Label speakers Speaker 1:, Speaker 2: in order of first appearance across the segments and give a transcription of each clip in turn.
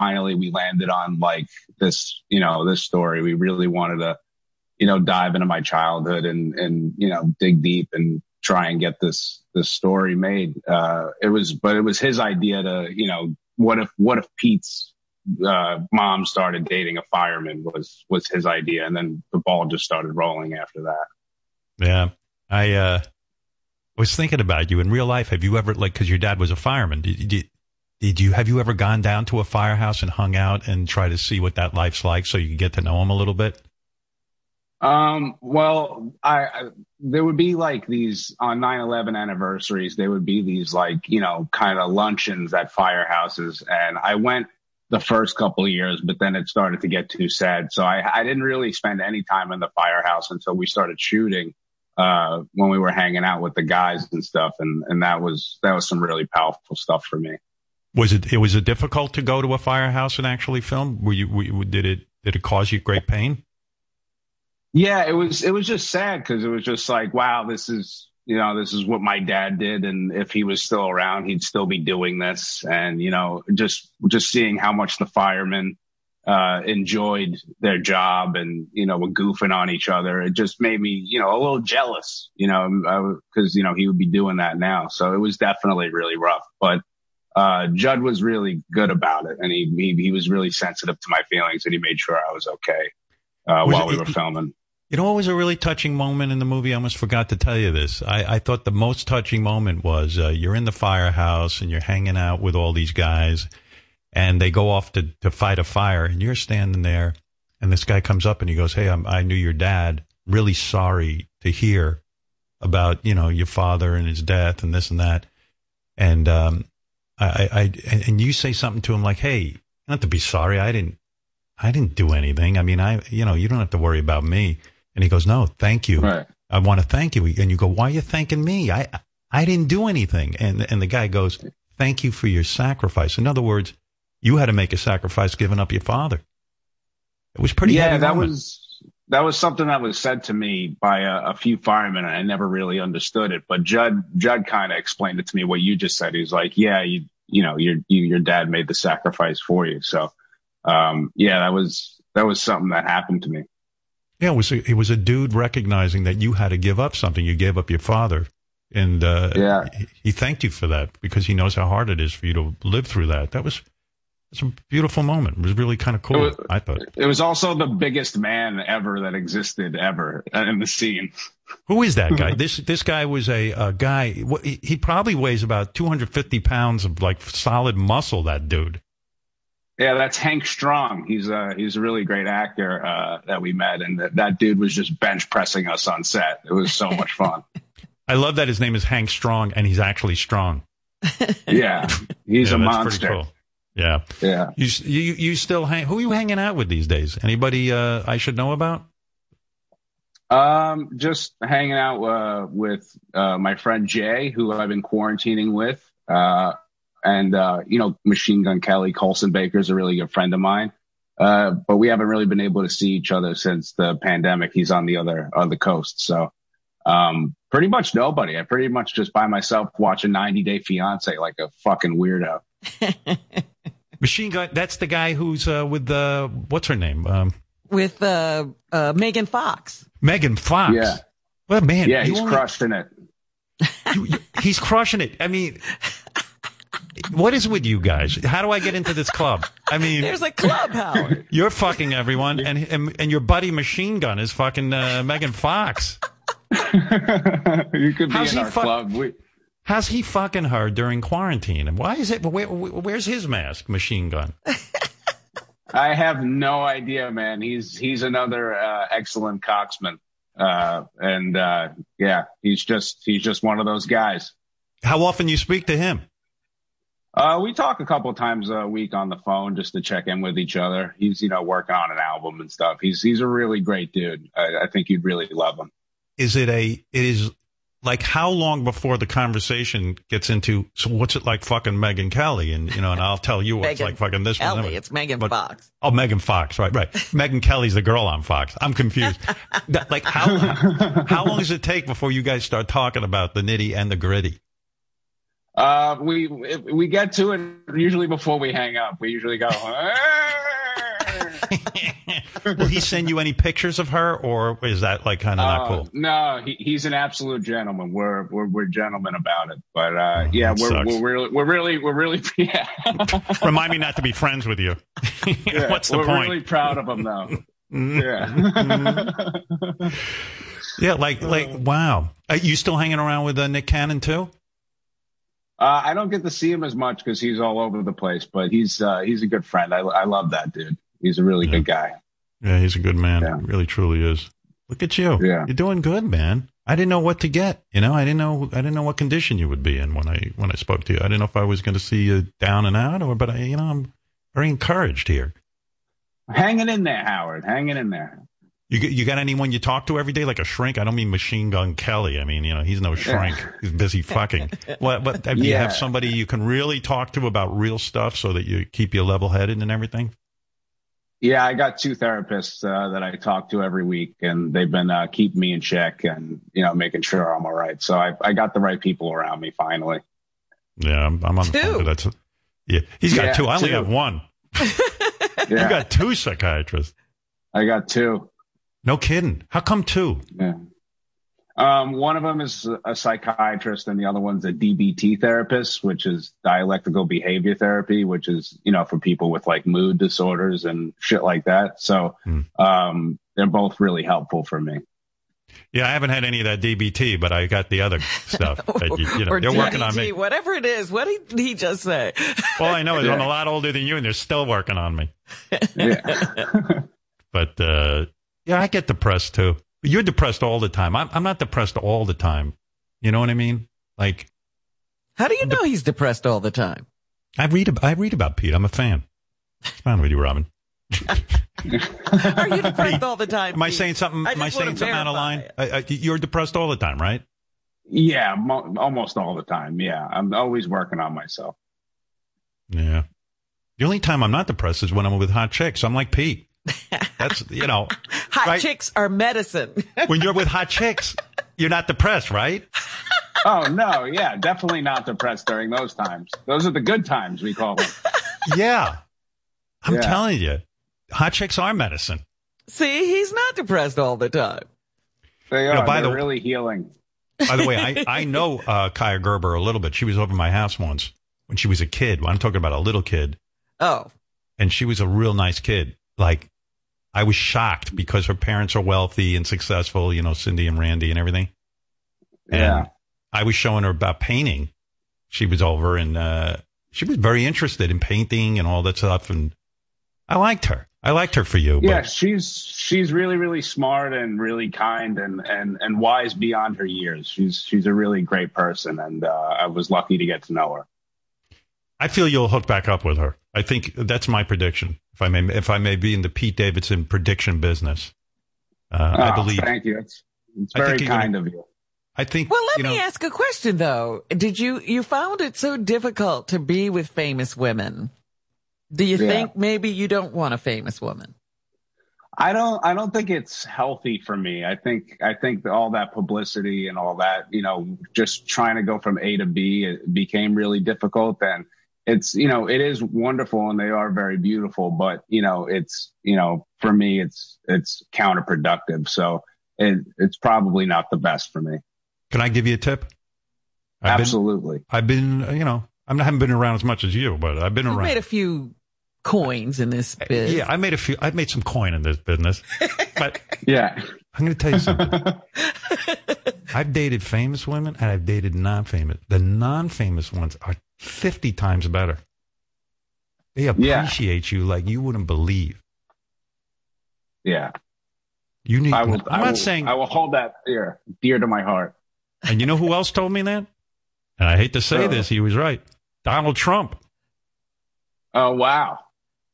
Speaker 1: finally we landed on like this, you know, this story. We really wanted to, you know, dive into my childhood and, and, you know, dig deep and try and get this, this story made. Uh, it was, but it was his idea to, you know, what if, what if Pete's, uh, mom started dating a fireman was, was his idea. And then the ball just started rolling after that.
Speaker 2: Yeah. I, uh, was thinking about you in real life. Have you ever, like, cause your dad was a fireman. Did, did, did you, have you ever gone down to a firehouse and hung out and try to see what that life's like so you could get to know him a little bit?
Speaker 1: Um, well, I, I there would be like these on 9/11 anniversaries. There would be these like you know kind of luncheons at firehouses, and I went the first couple of years, but then it started to get too sad. So I, I didn't really spend any time in the firehouse until we started shooting. Uh, when we were hanging out with the guys and stuff, and and that was that was some really powerful stuff for me.
Speaker 2: Was it it was it difficult to go to a firehouse and actually film? Were you, were you did it did it cause you great pain?
Speaker 1: Yeah, it was it was just sad because it was just like, wow, this is you know this is what my dad did, and if he was still around, he'd still be doing this, and you know just just seeing how much the firemen uh, enjoyed their job and you know were goofing on each other, it just made me you know a little jealous, you know, because you know he would be doing that now, so it was definitely really rough, but. Uh, Judd was really good about it and he, he, he was really sensitive to my feelings and he made sure I was okay, uh,
Speaker 2: Was
Speaker 1: while
Speaker 2: it-
Speaker 1: we were filming.
Speaker 2: You know what was a really touching moment in the movie? I almost forgot to tell you this. I, I thought the most touching moment was uh, you're in the firehouse and you're hanging out with all these guys, and they go off to, to fight a fire, and you're standing there, and this guy comes up and he goes, "Hey, I'm, I knew your dad. Really sorry to hear about you know your father and his death and this and that." And um, I, I, I and, and you say something to him like, "Hey, not to be sorry. I didn't I didn't do anything. I mean, I, you know, you don't have to worry about me. And he goes, no, thank you.
Speaker 1: Right.
Speaker 2: I want to thank you. And you go, why are you thanking me? I, I didn't do anything. And, and the guy goes, thank you for your sacrifice. In other words, you had to make a sacrifice giving up your father. It was pretty.
Speaker 1: yeah,
Speaker 2: heavy
Speaker 1: that
Speaker 2: moment.
Speaker 1: was that was something that was said to me by a, a few firemen, and I never really understood it. But Judd Judd kind of explained it to me what you just said. He was like, "Yeah, you you know your you, your dad made the sacrifice for you." So, um, yeah, that was that was something that happened to me.
Speaker 2: Yeah, it was, a, it was a dude recognizing that you had to give up something. You gave up your father. And, uh,
Speaker 1: Yeah.
Speaker 2: he, he thanked you for that because he knows how hard it is for you to live through that. That was, it's a beautiful moment. It was really kind of cool.
Speaker 1: was-
Speaker 2: I thought.
Speaker 1: It was also the biggest man ever that existed ever in the scene.
Speaker 2: Who is that guy? this this guy was a, a guy. wh- He, he probably weighs about 250 pounds of like solid muscle. That dude.
Speaker 1: Yeah, that's Hank Strong. He's a he's a really great actor uh, that we met, and that, that dude was just bench pressing us on set. It was so much fun.
Speaker 2: I love that his name is Hank Strong, and he's actually strong.
Speaker 1: Yeah, he's a
Speaker 2: Yeah, that's pretty
Speaker 1: monster.
Speaker 2: cool. Yeah.
Speaker 1: Yeah.
Speaker 2: You s- you you still hang? Who are you hanging out with these days? Anybody uh, I should know about?
Speaker 1: Um, just hanging out uh, with uh, my friend Jay, who I've been quarantining with, uh, and uh, you know, Machine Gun Kelly Colson Baker is a really good friend of mine. Uh, but we haven't really been able to see each other since the pandemic. He's on the other other coast, so um, pretty much nobody. I pretty much just by myself watching 90 Day Fiance like a fucking weirdo.
Speaker 2: Machine Gun. That's the guy who's uh, with the what's her name? Um,
Speaker 3: with uh, uh, Megan Fox.
Speaker 2: Megan Fox.
Speaker 1: Yeah.
Speaker 2: Well, man.
Speaker 1: Yeah,
Speaker 2: you
Speaker 1: he's
Speaker 2: only-
Speaker 1: crushing it.
Speaker 2: You- you- he's crushing it. I mean, what is with you guys? How do I get into this club? I mean,
Speaker 3: There's a club, Howard.
Speaker 2: you're fucking everyone, and and, and your buddy Machine Gun is fucking uh, Megan Fox.
Speaker 1: you could be
Speaker 2: How's
Speaker 1: in
Speaker 2: he
Speaker 1: our
Speaker 2: fuck-
Speaker 1: club. We,
Speaker 2: How's he fucking her during quarantine? And why is it? Where, where's his mask, Machine Gun?
Speaker 1: I have no idea, man. He's he's another uh, excellent coxman, uh, and uh, yeah, he's just he's just one of those guys.
Speaker 2: How often you speak to him?
Speaker 1: Uh, we talk a couple times a week on the phone just to check in with each other. He's you know working on an album and stuff. He's he's a really great dude. I, I think you'd really love him.
Speaker 2: Is it a? It is like how long before the conversation gets into? So what's it like fucking Megan Kelly? And you know, and I'll tell you what it's
Speaker 3: Megan
Speaker 2: like fucking this one.
Speaker 3: Ellie, it's Megan
Speaker 2: But-
Speaker 3: Fox.
Speaker 2: Oh, Megan Fox, right, right. Megan Kelly's the girl on Fox. I'm confused. That- like, how how long does it take before you guys start talking about the nitty and the gritty?
Speaker 1: Uh, we if we get to it usually before we hang up. We usually go.
Speaker 2: Will he send you any pictures of her, or is that like kind of not
Speaker 1: Uh,
Speaker 2: cool?
Speaker 1: No, he, he's an absolute gentleman. We're we're, we're gentlemen about it. But uh, yeah,
Speaker 2: Oh, that
Speaker 1: we're
Speaker 2: sucks.
Speaker 1: we're really we're really we're really yeah.
Speaker 2: Remind me not to be friends with you. What's the
Speaker 1: we're
Speaker 2: point?
Speaker 1: really proud of him though.
Speaker 2: Mm.
Speaker 1: Yeah. Uh,
Speaker 2: Yeah, like like wow. Are you still hanging around with uh, Nick Cannon too?
Speaker 1: Uh, I don't get to see him as much because he's all over the place, but he's uh, he's a good friend. I, I love that dude. He's a really
Speaker 2: Yeah.
Speaker 1: good guy.
Speaker 2: Yeah, he's a good man.
Speaker 1: Yeah.
Speaker 2: He Really, truly is. Look at you.
Speaker 1: Yeah.
Speaker 2: You're doing good, man. I didn't know what to get. You know, I didn't know I didn't know what condition you would be in when I when I spoke to you. I didn't know if I was going to see you down and out or, but I, you know, I'm very encouraged here.
Speaker 1: Hanging in there, Howard. Hanging in there.
Speaker 2: You g- you got anyone you talk to every day like a shrink? I don't mean Machine Gun Kelly. I mean you know he's no shrink. He's busy fucking. What? But do you
Speaker 1: Yeah.
Speaker 2: have somebody you can really talk to about real stuff so that you keep you level headed and everything?
Speaker 1: Yeah, I got two therapists uh, that I talk to every week, and they've been uh, keeping me in check and you know making sure I'm all right. So I I got the right people around me finally.
Speaker 2: Yeah, I'm, I'm on the phone.
Speaker 3: Two.
Speaker 2: to That's yeah. He's got
Speaker 1: Yeah,
Speaker 2: two. I only
Speaker 1: two.
Speaker 2: have one.
Speaker 1: Yeah,
Speaker 2: You got two psychiatrists.
Speaker 1: I got two.
Speaker 2: No kidding. How come two?
Speaker 1: Yeah. Um, one of them is a psychiatrist, and the other one's a DBT therapist, which is dialectical behavior therapy, which is you know for people with like mood disorders and shit like that. So
Speaker 2: Hmm.
Speaker 1: um, they're both really helpful for me.
Speaker 2: Yeah, I haven't had any of that DBT, but I got the other stuff. that you, you know,
Speaker 3: or
Speaker 2: they're working on
Speaker 3: DDT,
Speaker 2: me.
Speaker 3: Whatever it is, what did he just say?
Speaker 2: All I know is I'm
Speaker 1: Yeah.
Speaker 2: a lot older than you, and they're still working on me.
Speaker 1: Yeah,
Speaker 2: But uh, yeah, I get depressed too. You're depressed all the time. I'm, I'm not depressed all the time. You know what I mean? Like
Speaker 3: How do you know he's depressed all the time?
Speaker 2: I read, ab- I read about Pete. I'm a fan. What's wrong with you, Robin?
Speaker 3: Are you depressed all the time?
Speaker 2: Am I
Speaker 3: Pete?
Speaker 2: saying something?
Speaker 3: I
Speaker 2: Am I
Speaker 3: just wanna
Speaker 2: saying something out of line?
Speaker 3: verify
Speaker 2: I, I, you're depressed all the time, right?
Speaker 1: yeah, mo- almost all the time. Yeah, I'm always working on myself.
Speaker 2: Yeah. The only time I'm not depressed is when I'm with hot chicks. I'm like Pete. That's you know
Speaker 3: Hot
Speaker 2: Right.
Speaker 3: chicks are medicine.
Speaker 2: when you're with hot chicks, you're not depressed, right?
Speaker 1: Oh no, yeah, definitely not depressed during those times. Those are the good times we call them.
Speaker 2: Yeah. I'm
Speaker 1: Yeah.
Speaker 2: telling you, hot chicks are medicine.
Speaker 3: See, he's not depressed all the time.
Speaker 1: They are.
Speaker 2: know, by
Speaker 1: they're
Speaker 2: the-
Speaker 1: really healing.
Speaker 2: By the way, I, I know uh, Kaya Gerber a little bit. She was over my house once when she was a kid. I'm talking about a little kid,
Speaker 3: Oh,
Speaker 2: and she was a real nice kid. Like I was shocked because her parents are wealthy and successful. You know, Cindy and Randy and everything. And
Speaker 1: Yeah.
Speaker 2: I was showing her about painting. She was over and uh, she was very interested in painting and all that stuff. And I liked her. I liked her for you.
Speaker 1: Yeah,
Speaker 2: But
Speaker 1: she's she's really really smart and really kind and and and wise beyond her years. She's she's a really great person, and uh, I was lucky to get to know her.
Speaker 2: I feel you'll hook back up with her. I think that's my prediction. If I may, if I may be in the Pete Davidson prediction business, uh, I
Speaker 1: Oh,
Speaker 2: believe.
Speaker 1: Thank you. It's, it's
Speaker 2: I think
Speaker 1: very
Speaker 2: you're gonna-
Speaker 1: kind of you.
Speaker 2: I think.
Speaker 3: well, let
Speaker 2: you
Speaker 3: me
Speaker 2: know,
Speaker 3: ask a question though. Did you, you found it so difficult to be with famous women? Do you
Speaker 1: Yeah.
Speaker 3: think maybe you don't want a famous woman?
Speaker 1: I don't I don't think it's healthy for me. I think I think that all that publicity and all that, you know, just trying to go from A to B it became really difficult and it's you know, it is wonderful and they are very beautiful, but you know, it's you know, for me it's it's counterproductive. So it, it's probably not the best for me.
Speaker 2: Can I give you a tip? I've
Speaker 1: Absolutely.
Speaker 2: Been, I've been, uh, you know, I'm, I haven't been around as much as you, but I've been
Speaker 3: You
Speaker 2: around.
Speaker 3: made a few coins in this
Speaker 2: Uh,
Speaker 3: biz.
Speaker 2: yeah, I made a few. I've made some coin in this business, but
Speaker 1: yeah.
Speaker 2: I'm going to tell you something. I've dated famous women and I've dated non-famous. The non-famous ones are 50 times better. They
Speaker 1: Yeah.
Speaker 2: appreciate you like you wouldn't believe.
Speaker 1: Yeah.
Speaker 2: You need.
Speaker 1: I will
Speaker 2: I'm
Speaker 1: I
Speaker 2: not
Speaker 1: will-
Speaker 2: saying.
Speaker 1: I will hold that dear dear to my heart.
Speaker 2: and you know who else told me that? And I hate to say
Speaker 1: Oh.
Speaker 2: this, he was right. Donald Trump.
Speaker 1: Oh wow.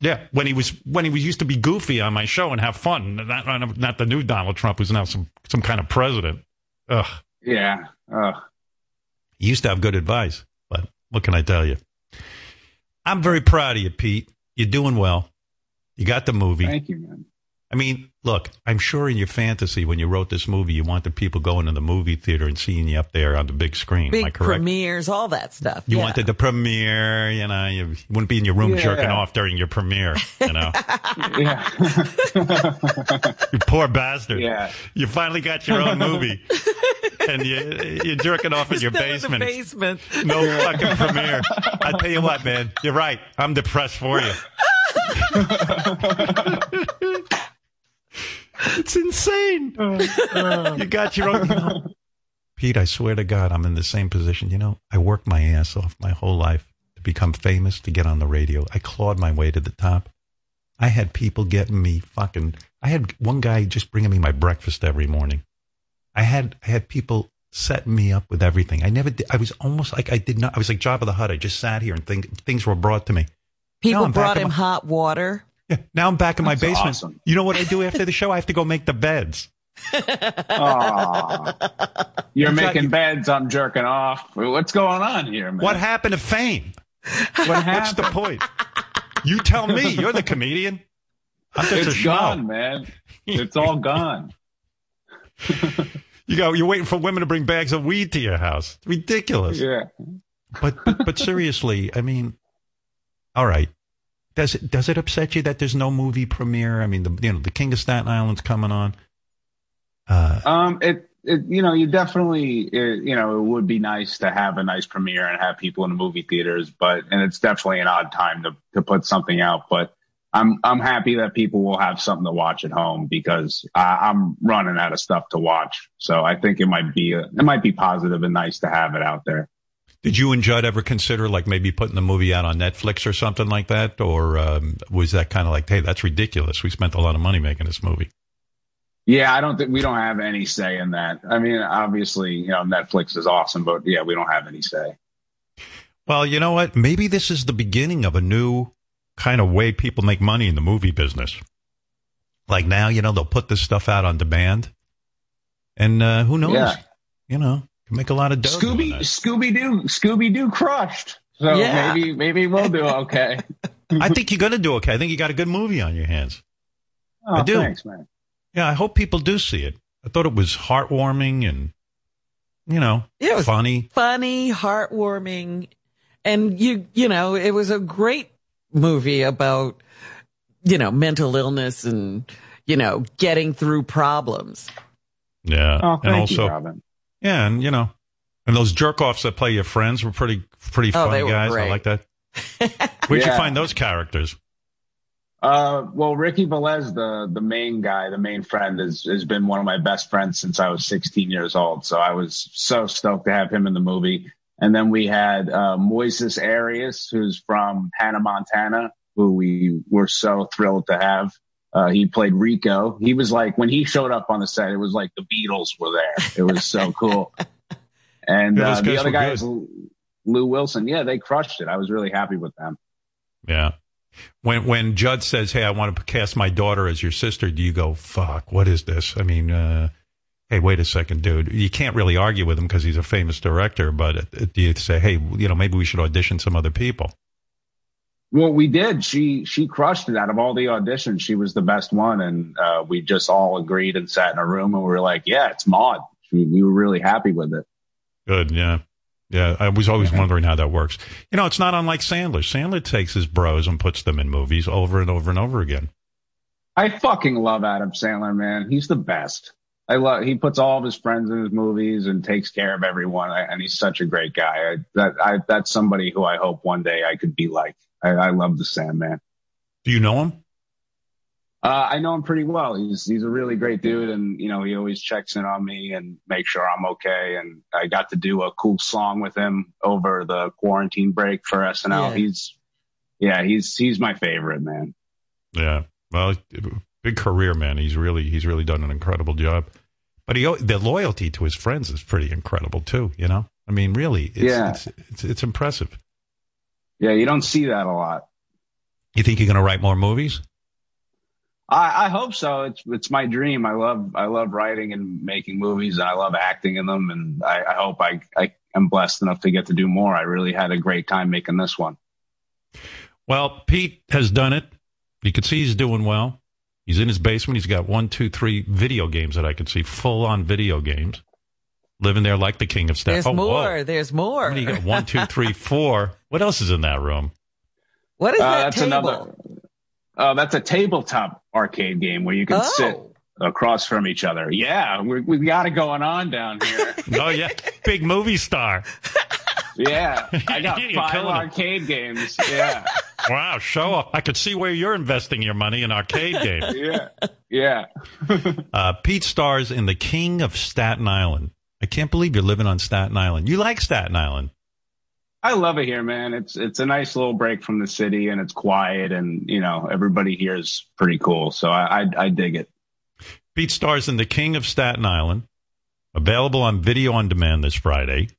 Speaker 2: Yeah, when he was when he was used to be goofy on my show and have fun. Not not not the new Donald Trump who's now some some kind of president. Ugh.
Speaker 1: Yeah. Uh,
Speaker 2: You used to have good advice, but what can I tell you? I'm very proud of you, Pete. You're doing well. You got the movie.
Speaker 1: thank you, man.
Speaker 2: I mean, look, I'm sure in your fantasy when you wrote this movie, you wanted people going to the movie theater and seeing you up there on the big screen. Am I
Speaker 3: Big
Speaker 2: correct?
Speaker 3: premieres, all that stuff.
Speaker 2: You
Speaker 3: yeah.
Speaker 2: wanted the premiere, you know, you wouldn't be in your room
Speaker 1: Yeah.
Speaker 2: jerking off during your premiere, you know.
Speaker 1: Yeah.
Speaker 2: you poor bastard.
Speaker 1: Yeah.
Speaker 2: You finally got your own movie. and you, you're jerking off in your
Speaker 3: Still In
Speaker 2: basement.
Speaker 3: the basement.
Speaker 2: No fucking premiere. I tell you what, man, you're right. I'm depressed for you. it's insane. you got your own. you know. Pete, I swear to God, I'm in the same position. You know, I worked my ass off my whole life to become famous, to get on the radio. I clawed my way to the top. I had people getting me fucking. I had one guy just bringing me my breakfast every morning. I had I had people setting me up with everything. I never did. I was almost like I did not. I was like Job of the Hutt. I just sat here and think, things were brought to me.
Speaker 3: People
Speaker 2: I'm back
Speaker 3: brought
Speaker 2: in
Speaker 3: him
Speaker 2: my-
Speaker 3: hot water.
Speaker 2: Yeah, now I'm back in my
Speaker 1: That's
Speaker 2: basement.
Speaker 1: awesome.
Speaker 2: You know what I do after the show? I have to go make the beds.
Speaker 1: Aw. You're
Speaker 2: That's
Speaker 1: making
Speaker 2: right.
Speaker 1: beds. I'm jerking off. What's going on here, man?
Speaker 2: What happened to fame?
Speaker 1: What
Speaker 2: What's the
Speaker 1: happened?
Speaker 2: point? You tell me. You're the comedian. I'm just a
Speaker 1: It's
Speaker 2: schmuck.
Speaker 1: gone, man. It's all gone.
Speaker 2: You go. You're waiting for women to bring bags of weed to your house. It's ridiculous.
Speaker 1: Yeah.
Speaker 2: But, but but seriously, I mean, all right. Does it does it upset you that there's no movie premiere? I mean, the you know the King of Staten Island's coming on. Uh,
Speaker 1: Um, it, it, you know, you definitely, it, you know, it would be nice to have a nice premiere and have people in the movie theaters, but, and it's definitely an odd time to, to put something out, but I'm, I'm happy that people will have something to watch at home because I, I'm running out of stuff to watch. So I think it might be, a, it might be positive and nice to have it out there.
Speaker 2: did you and Judd ever consider like maybe putting the movie out on Netflix or something like that, or um, was that kind of like, hey, that's ridiculous? We spent a lot of money making this movie.
Speaker 1: Yeah. I don't think we don't have any say in that. I mean, obviously, you know, Netflix is awesome, but yeah, we don't have any say.
Speaker 2: Well, you know what? Maybe this is the beginning of a new kind of way people make money in the movie business. Like now, you know, they'll put this stuff out on demand, and uh, who knows?
Speaker 1: Yeah.
Speaker 2: You know, can make a lot of dough. doing
Speaker 1: Scooby,
Speaker 2: that.
Speaker 1: Scooby Doo, Scooby Doo crushed. So
Speaker 3: Yeah.
Speaker 1: maybe, maybe we'll do okay.
Speaker 2: I think you're going to do okay. I think you got a good movie on your hands.
Speaker 1: Oh,
Speaker 2: I do.
Speaker 1: Thanks, man.
Speaker 2: Yeah, I hope people do see it. I thought it was heartwarming and you know
Speaker 3: Yeah, it was
Speaker 2: funny.
Speaker 3: funny, heartwarming, and you you know it was a great movie about you know mental illness and you know getting through problems.
Speaker 2: Yeah,
Speaker 1: Oh, thank
Speaker 2: and
Speaker 1: you,
Speaker 2: also
Speaker 1: Robin.
Speaker 2: yeah, and you know, and those jerk offs that play your friends were pretty pretty
Speaker 3: Oh,
Speaker 2: fun
Speaker 3: they were
Speaker 2: guys. I
Speaker 3: great.
Speaker 2: like that. Where'd you
Speaker 1: Yeah.
Speaker 2: find those characters?
Speaker 1: Uh, well, Ricky Velez, the the main guy, the main friend, has has been one of my best friends since I was 16 years old. So I was so stoked to have him in the movie. And then we had uh, Moises Arias, who's from Hannah Montana, who we were so thrilled to have. Uh, he played Rico. He was like when he showed up on the set, it was like the Beatles were there. It was so cool. And
Speaker 2: Yeah, those
Speaker 1: uh, the
Speaker 2: guys
Speaker 1: other
Speaker 2: were
Speaker 1: guy
Speaker 2: good.
Speaker 1: is Lou Lou Wilson. Yeah, they crushed it. I was really happy with them.
Speaker 2: Yeah. When when Judd says, "Hey, I want to cast my daughter as your sister," do you go, "Fuck, what is this?" I mean, uh, hey, wait a second, dude. You can't really argue with him because he's a famous director. But uh, do you say, "Hey, you know, maybe we should audition some other people"?
Speaker 1: Well, we did. She she crushed it. Out of all the auditions, she was the best one, and uh, we just all agreed and sat in a room and we were like, "Yeah, it's Maud." We, we were really happy with it.
Speaker 2: Good, yeah, yeah. I was always wondering how that works. You know, it's not unlike Sandler. Sandler takes his bros and puts them in movies over and over and over again.
Speaker 1: I fucking love Adam Sandler, man. He's the best. I love. He puts all of his friends in his movies and takes care of everyone, I, and he's such a great guy. I, that I that's somebody who I hope one day I could be like. I, I love the Sandman.
Speaker 2: Do you know him?
Speaker 1: Uh, I know him pretty well. He's he's a really great dude, and you know he always checks in on me and makes sure I'm okay. And I got to do a cool song with him over the quarantine break for SNL.
Speaker 3: Yeah.
Speaker 1: He's yeah, he's he's my favorite man.
Speaker 2: Yeah. Well, big career, man. He's really he's really done an incredible job. But he the loyalty to his friends is pretty incredible too. You know, I mean, really, it's,
Speaker 1: Yeah.
Speaker 2: it's, it's it's impressive.
Speaker 1: Yeah, you don't see that a lot.
Speaker 2: You think you're going to write more movies?
Speaker 1: I, I hope so. It's it's my dream. I love I love writing and making movies, and I love acting in them. And I, I hope I I am blessed enough to get to do more. I really had a great time making this one.
Speaker 2: Well, Pete has done it. You can see he's doing well. He's in his basement. He's got one, two, three video games that I could see, full on video games, living there like the king of staff.
Speaker 3: There's
Speaker 2: oh,
Speaker 3: more.
Speaker 2: whoa.
Speaker 3: There's more.
Speaker 2: How many you got? One, two, three, four. What else is in that room?
Speaker 3: What is
Speaker 1: Uh,
Speaker 3: that
Speaker 1: that's
Speaker 3: table?
Speaker 1: another. Uh, that's a tabletop arcade game where you can
Speaker 3: oh,
Speaker 1: sit across from each other. Yeah, we, we got it going on down here.
Speaker 2: Oh yeah, big movie star.
Speaker 1: yeah, I got
Speaker 2: You're
Speaker 1: five
Speaker 2: killing 'em.
Speaker 1: arcade games. Yeah,
Speaker 2: Wow, show off. I could see where you're investing your money in arcade games.
Speaker 1: yeah, yeah.
Speaker 2: Uh, Pete stars in The King of Staten Island. I can't believe you're living on Staten Island. You like Staten Island.
Speaker 1: I love it here, man. It's it's a nice little break from the city, and it's quiet, and you know everybody here is pretty cool. So I I, I dig it.
Speaker 2: Pete stars in The King of Staten Island, available on video on demand this Friday.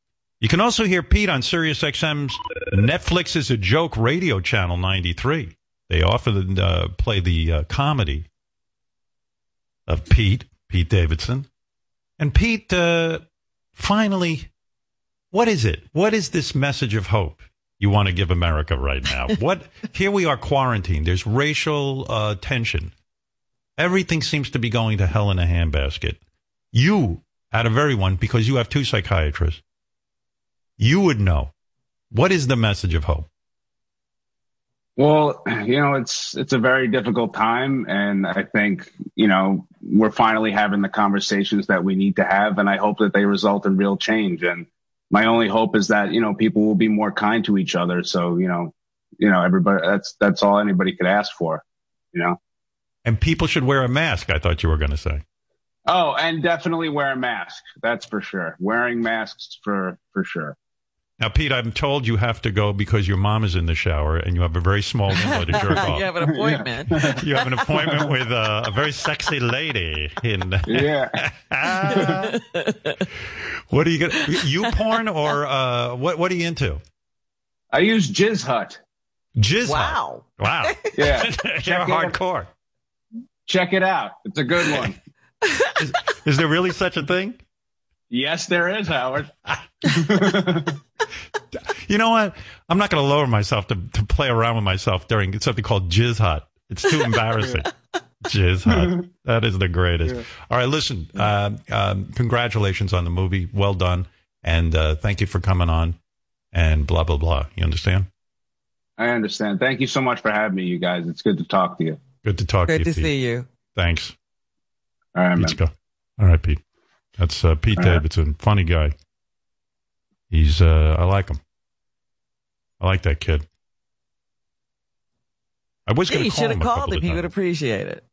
Speaker 2: You can also hear Pete on SiriusXM's Netflix is a Joke radio channel 93. They often uh, play the uh, comedy of Pete, Pete Davidson. And Pete, uh, finally, what is it? What is this message of hope you want to give America right now? what here we are quarantined. There's racial uh, tension. Everything seems to be going to hell in a handbasket. You, out of everyone, because you have two psychiatrists, you would know. What is the message of hope?
Speaker 1: Well, you know, it's it's a very difficult time, and I think you know we're finally having the conversations that we need to have, and I hope that they result in real change. And my only hope is that you know people will be more kind to each other. So you know, you know, everybody that's that's all anybody could ask for. You know.
Speaker 2: And people should wear a mask, I thought you were going to say.
Speaker 1: Oh, and definitely wear a mask. That's for sure. Wearing masks for for sure.
Speaker 2: Now, Pete, I'm told you have to go because your mom is in the shower and you have a very small window to jerk off.
Speaker 3: you have an appointment.
Speaker 2: You have an appointment with uh, a very sexy lady in. uh,
Speaker 1: Yeah.
Speaker 2: what are you going to. You porn or uh, what, what are you into?
Speaker 1: I use Jizz Hut.
Speaker 2: Jizz. hut.
Speaker 3: wow.
Speaker 2: Wow.
Speaker 1: Yeah.
Speaker 2: You're
Speaker 1: Check it out.
Speaker 2: hardcore.
Speaker 1: Check it out. It's a good one.
Speaker 2: Is there really such a thing?
Speaker 1: yes, there is, Howard.
Speaker 2: You know what? I'm not going to lower myself to, to play around with myself during something called Jizz Hot. It's too embarrassing. Jizz Hot. That is the greatest. All right, listen. Uh, um, congratulations on the movie. Well done. And uh, thank you for coming on and blah, blah, blah. You understand?
Speaker 1: I understand. Thank you so much for having me, you guys. It's good to talk to you.
Speaker 2: Good to talk
Speaker 3: Good
Speaker 2: to you.
Speaker 3: to
Speaker 2: Pete.
Speaker 3: see you.
Speaker 2: Thanks.
Speaker 1: All right, man.
Speaker 2: Let's go. All right, Pete. That's uh, Pete
Speaker 1: All right.
Speaker 2: Davidson. Funny guy. He's, uh, I like him. I like that kid. I was
Speaker 3: Yeah,
Speaker 2: going
Speaker 3: you
Speaker 2: to call
Speaker 3: should
Speaker 2: him. a
Speaker 3: have called
Speaker 2: couple
Speaker 3: him.
Speaker 2: of
Speaker 3: He
Speaker 2: times.
Speaker 3: would appreciate it.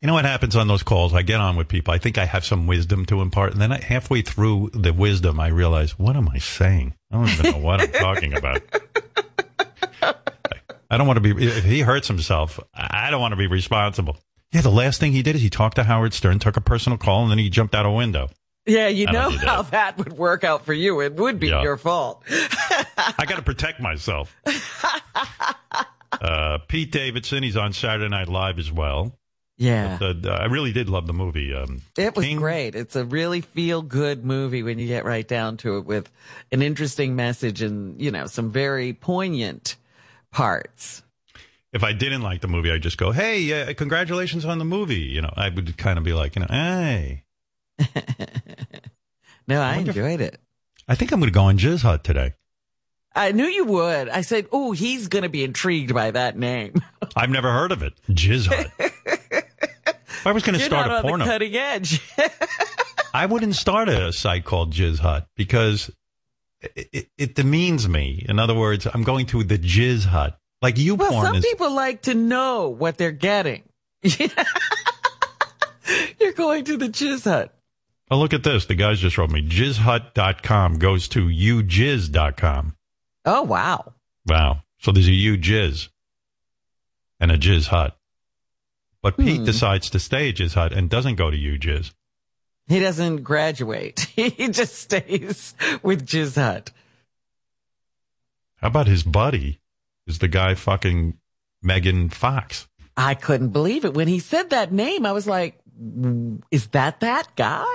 Speaker 2: You know what happens on those calls? I get on with people. I think I have some wisdom to impart. And then I, halfway through the wisdom, I realize, what am I saying? I don't even know what I'm talking about. I don't want to be, if he hurts himself, I don't want to be responsible. Yeah, the last thing he did is he talked to Howard Stern, took a personal call, and then he jumped out a window.
Speaker 3: Yeah, you
Speaker 2: I don't
Speaker 3: know
Speaker 2: do that.
Speaker 3: how that would work out for you. It would be
Speaker 2: Yeah.
Speaker 3: your fault.
Speaker 2: I got to protect myself. Uh, Pete Davidson, he's on Saturday Night Live as well.
Speaker 3: yeah.
Speaker 2: The- the- I really did love the movie. Um,
Speaker 3: It was
Speaker 2: King-
Speaker 3: great. It's a really feel good movie when you get right down to it with an interesting message and, you know, some very poignant parts.
Speaker 2: if I didn't like the movie, I'd just go, "Hey, uh, congratulations on the movie." You know, I would kind of be like, you know, "Hey,
Speaker 3: No, I,
Speaker 2: wonder if-
Speaker 3: enjoyed it.
Speaker 2: I think I'm going to go on Jizz Hut today."
Speaker 3: I knew you would. I said, oh, he's going to be intrigued by that name.
Speaker 2: I've never heard of it, Jizz Hut. if I was going to
Speaker 3: You're
Speaker 2: start
Speaker 3: not
Speaker 2: a
Speaker 3: on
Speaker 2: porno,
Speaker 3: the cutting edge.
Speaker 2: I wouldn't start a site called Jizz Hut because it, it, it demeans me. In other words, I'm going to the Jizz Hut. Like you
Speaker 3: well,
Speaker 2: porn
Speaker 3: some
Speaker 2: is
Speaker 3: people like to know what they're getting. You're going to the Chiz Hut.
Speaker 2: Oh, look at this. The guys just wrote me. Jizzhut.com goes to ujizz.com.
Speaker 3: Oh, wow.
Speaker 2: Wow. So there's a ujizz and a jizz hut. But Pete
Speaker 3: Hmm.
Speaker 2: decides to stay at jizz hut and doesn't go to ujizz.
Speaker 3: He doesn't graduate. he just stays with Chiz Hut.
Speaker 2: How about his buddy is the guy fucking Megan Fox?
Speaker 3: I couldn't believe it. When he said that name, I was like, "Mm, is that that guy?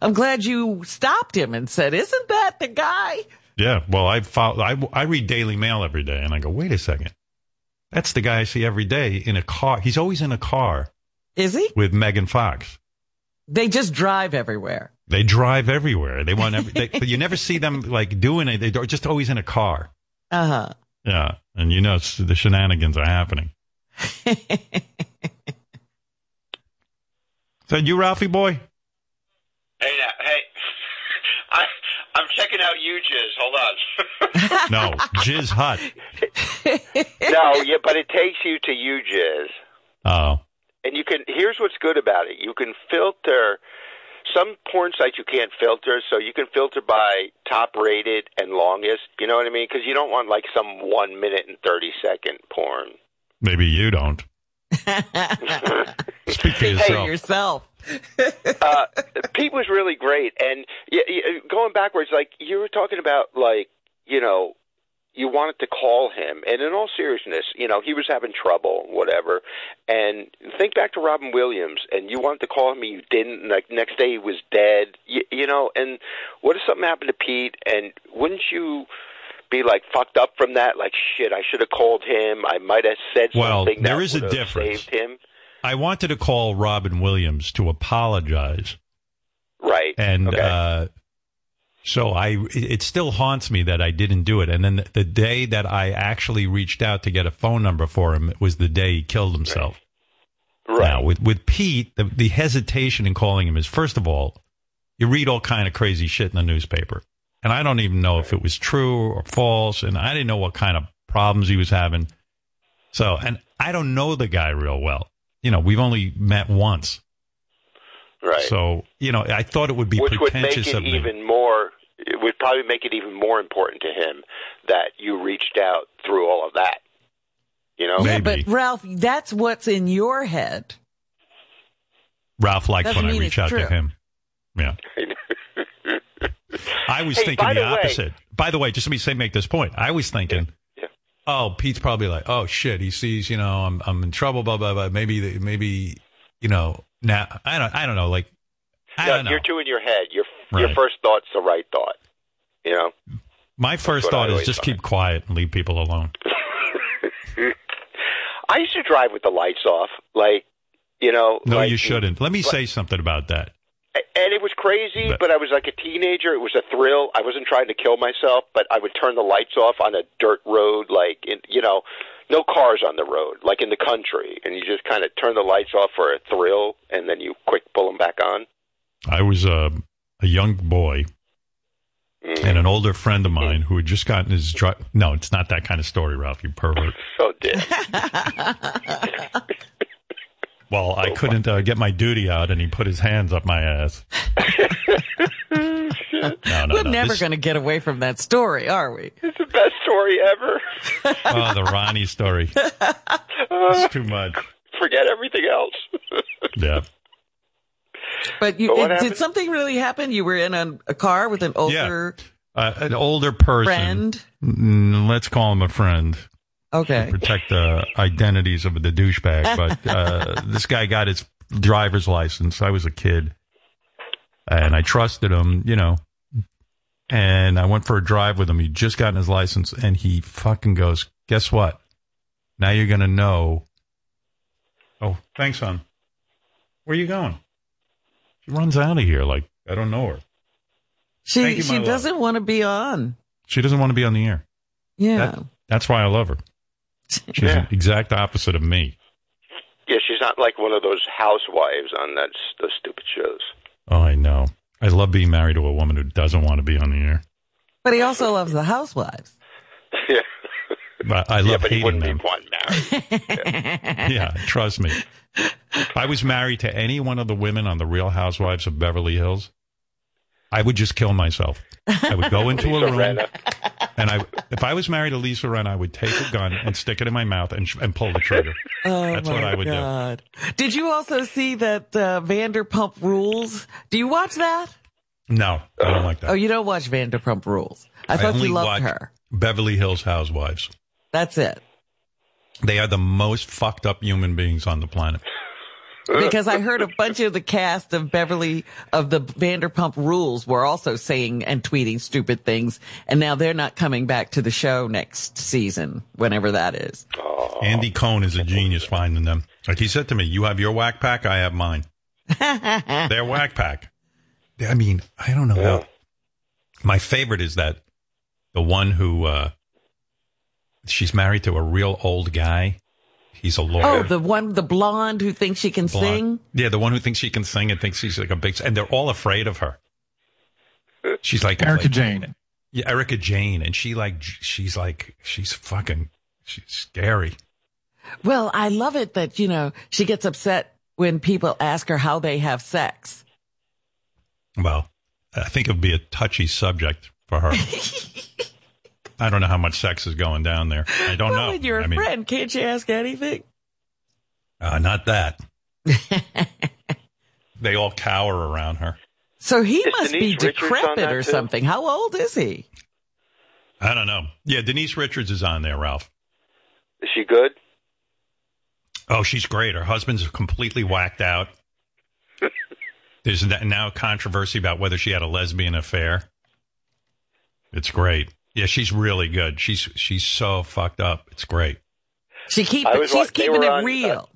Speaker 3: I'm glad you stopped him and said, isn't that the guy?
Speaker 2: Yeah. Well, I, follow, I, I read Daily Mail every day and I go, wait a second. That's the guy I see every day in a car. He's always in a car
Speaker 3: Is he?
Speaker 2: with Megan Fox.
Speaker 3: They just drive everywhere.
Speaker 2: They drive everywhere. They want every, they, but you never see them like doing it. They're just always in a car.
Speaker 3: Uh huh.
Speaker 2: Yeah, and you know s- the shenanigans are happening. So you, Ralphie boy,
Speaker 4: Hey, now, hey, I, I'm checking out you, Jizz. Hold on.
Speaker 2: no, Jizz Hut.
Speaker 4: no, yeah, but it takes you to you, Jizz,
Speaker 2: Oh,
Speaker 4: and you can. Here's what's good about it: you can filter. Some porn sites you can't filter, so you can filter by top rated and longest. You know what I mean? Because you don't want like some one minute and thirty second porn.
Speaker 2: maybe you don't speak for
Speaker 3: For
Speaker 2: yourself.
Speaker 3: yourself.
Speaker 4: uh, Pete was really great, and y y going backwards, like you were talking about, like you know, you wanted to call him, and in all seriousness, you know, he was having trouble, whatever. And think back to Robin Williams, and you wanted to call him, and you didn't. and, Like next day, he was dead. You, you know, and what if something happened to Pete? And wouldn't you? Be like fucked up from that, like shit. I should have called him. I might have said
Speaker 2: Well,
Speaker 4: something
Speaker 2: there
Speaker 4: that
Speaker 2: is a
Speaker 4: would have
Speaker 2: difference.
Speaker 4: Saved him,
Speaker 2: I wanted to call Robin Williams to apologize,
Speaker 4: right?
Speaker 2: and
Speaker 4: okay.
Speaker 2: uh, so I it- it still haunts me that I didn't do it. And then the, the day that I actually reached out to get a phone number for him was the day he killed himself.
Speaker 4: right.
Speaker 2: Now with with Pete, the, the hesitation in calling him is first of all, you read all kind of crazy shit in the newspaper, and I don't even know if it was true or false, and I didn't know what kind of problems he was having. So, and I don't know the guy real well. You know, we've only met once,
Speaker 4: right.
Speaker 2: so you know, I thought it would be
Speaker 4: which would make
Speaker 2: pretentious
Speaker 4: it
Speaker 2: of me.
Speaker 4: even more it would probably make it even more important to him that you reached out through all of that you know
Speaker 2: Oh. Maybe.
Speaker 3: Yeah, but Ralph, that's what's in your head.
Speaker 2: Ralph likes
Speaker 3: Doesn't
Speaker 2: when I
Speaker 3: mean
Speaker 2: reach
Speaker 3: it's
Speaker 2: out to
Speaker 3: true.
Speaker 2: him. Yeah. I was
Speaker 4: Hey,
Speaker 2: thinking
Speaker 4: by
Speaker 2: the,
Speaker 4: the way-
Speaker 2: opposite. By the way, just let me say, make this point. I was thinking,
Speaker 4: Yeah,
Speaker 2: oh, Pete's probably like, oh shit, he sees, you know, I'm I'm in trouble, blah blah blah. Maybe they- maybe, you know, now I don't I don't know, like I
Speaker 4: No,
Speaker 2: don't know.
Speaker 4: you're too in your head your
Speaker 2: Right.
Speaker 4: your first thought's the right thought you know
Speaker 2: My first
Speaker 4: what I
Speaker 2: thought is
Speaker 4: always
Speaker 2: just
Speaker 4: thought.
Speaker 2: keep quiet and leave people alone.
Speaker 4: i used to drive with the lights off like you know
Speaker 2: No,
Speaker 4: like-
Speaker 2: you shouldn't. Let me say something about that.
Speaker 4: and it was crazy
Speaker 2: But-
Speaker 4: but, i was like a teenager it was a thrill i wasn't trying to kill myself but i would turn the lights off on a dirt road like in, you know no cars on the road like in the country and you just kind of turn the lights off for a thrill and then you quick pull them back on
Speaker 2: I was a a young boy
Speaker 4: Mm.
Speaker 2: and an older friend of mine who had just gotten his dri No, it's not that kind of story, Ralph. You pervert.
Speaker 4: so did
Speaker 2: Well, I couldn't uh, get my duty out, and he put his hands up my ass. no, no,
Speaker 3: Oh, We're
Speaker 2: no.
Speaker 3: never
Speaker 2: This-
Speaker 3: going to get away from that story, are we?
Speaker 4: it's the best story ever
Speaker 2: Oh, the Ronnie story. It's too much.
Speaker 4: forget everything else
Speaker 2: Yeah.
Speaker 3: But you,
Speaker 4: But what
Speaker 3: it- did
Speaker 4: happened?
Speaker 3: something really happen? You were in a, a car with an older
Speaker 2: Uh, an older person.
Speaker 3: friend.
Speaker 2: Mm, let's call him a friend.
Speaker 3: Okay.
Speaker 2: Protect the identities of the douchebag. But uh, this guy got his driver's license. I was a kid, and I trusted him. You know. And I went for a drive with him. He just gotten his license, and he fucking goes, "Guess what? Now you're gonna know." Oh, thanks, hon. Where you going? She runs out of here like I don't know her.
Speaker 3: She
Speaker 2: Thank you, my
Speaker 3: she
Speaker 2: love.
Speaker 3: doesn't want to be on.
Speaker 2: She doesn't want to be on the air.
Speaker 3: Yeah.
Speaker 2: That- that's why I love her. She's
Speaker 4: Yeah.
Speaker 2: the exact opposite of me.
Speaker 4: yeah she's not like one of those housewives on that s- those stupid shows
Speaker 2: Oh, I know. I love being married to a woman who doesn't want to be on the air.
Speaker 3: But he also loves the housewives.
Speaker 4: yeah
Speaker 2: But I
Speaker 4: yeah
Speaker 2: love
Speaker 4: but he
Speaker 2: hating
Speaker 4: wouldn't
Speaker 2: them.
Speaker 4: be one married
Speaker 2: Yeah, trust me. I was married to any one of the women on the Real Housewives of Beverly Hills. I would just kill myself. I would go into a
Speaker 4: Lisa
Speaker 2: room,
Speaker 4: Renna.
Speaker 2: and I, if I was married to Lisa Ren, I would take a gun and stick it in my mouth and, sh- and pull the trigger.
Speaker 3: Oh
Speaker 2: That's
Speaker 3: my
Speaker 2: what I would do.
Speaker 3: God. Did you also see that uh, Vanderpump Rules? Do you watch that?
Speaker 2: No, I don't like that.
Speaker 3: Oh, you don't watch Vanderpump Rules. I thought
Speaker 2: only
Speaker 3: you loved
Speaker 2: watch
Speaker 3: her.
Speaker 2: Beverly Hills Housewives.
Speaker 3: That's it.
Speaker 2: They are the most fucked up human beings on the planet.
Speaker 3: because I heard a bunch of the cast of Beverly of the Vanderpump Rules were also saying and tweeting stupid things, and now they're not coming back to the show next season, whenever that is.
Speaker 4: Oh,
Speaker 2: Andy Cohen is a genius finding them. Like he said to me, "You have your whack pack, I have mine. Their whack pack." I mean, I don't know
Speaker 4: yeah.
Speaker 2: how. My favorite is that the one who uh, she's married to a real old guy. He's a lawyer.
Speaker 3: oh, the one, the blonde who thinks she can
Speaker 2: Blonde.
Speaker 3: sing.
Speaker 2: Yeah, the one who thinks she can sing and thinks she's like a big, and they're all afraid of her. She's like
Speaker 5: Erica
Speaker 2: like-
Speaker 5: Jane.
Speaker 2: Yeah, Erica Jane, and she like she's like she's fucking she's scary.
Speaker 3: Well, I love it that, you know, she gets upset when people ask her how they have sex.
Speaker 2: Well, I think it'd be a touchy subject for her. I don't know how much sex is going down there. I don't
Speaker 3: well,
Speaker 2: know.
Speaker 3: when you're a
Speaker 2: Oh, I mean,
Speaker 3: friend, can't you ask anything?
Speaker 2: uh, not that they all cower around her.
Speaker 3: so he
Speaker 4: Is
Speaker 3: must
Speaker 4: Denise
Speaker 3: be
Speaker 4: Richards on
Speaker 3: decrepit
Speaker 4: that,
Speaker 3: or
Speaker 4: too?
Speaker 3: something. How old is he?
Speaker 2: I don't know. Yeah, Denise Richards is on there, Ralph.
Speaker 4: is she good?
Speaker 2: Oh, she's great. Her husband's completely whacked out. There's that now controversy about whether she had a lesbian affair. It's great. Yeah, she's really good. She's she's so fucked up. It's great.
Speaker 3: She keep
Speaker 4: I was
Speaker 3: she's
Speaker 4: watch- they
Speaker 3: keeping
Speaker 4: were
Speaker 3: it
Speaker 4: on, uh,
Speaker 3: real.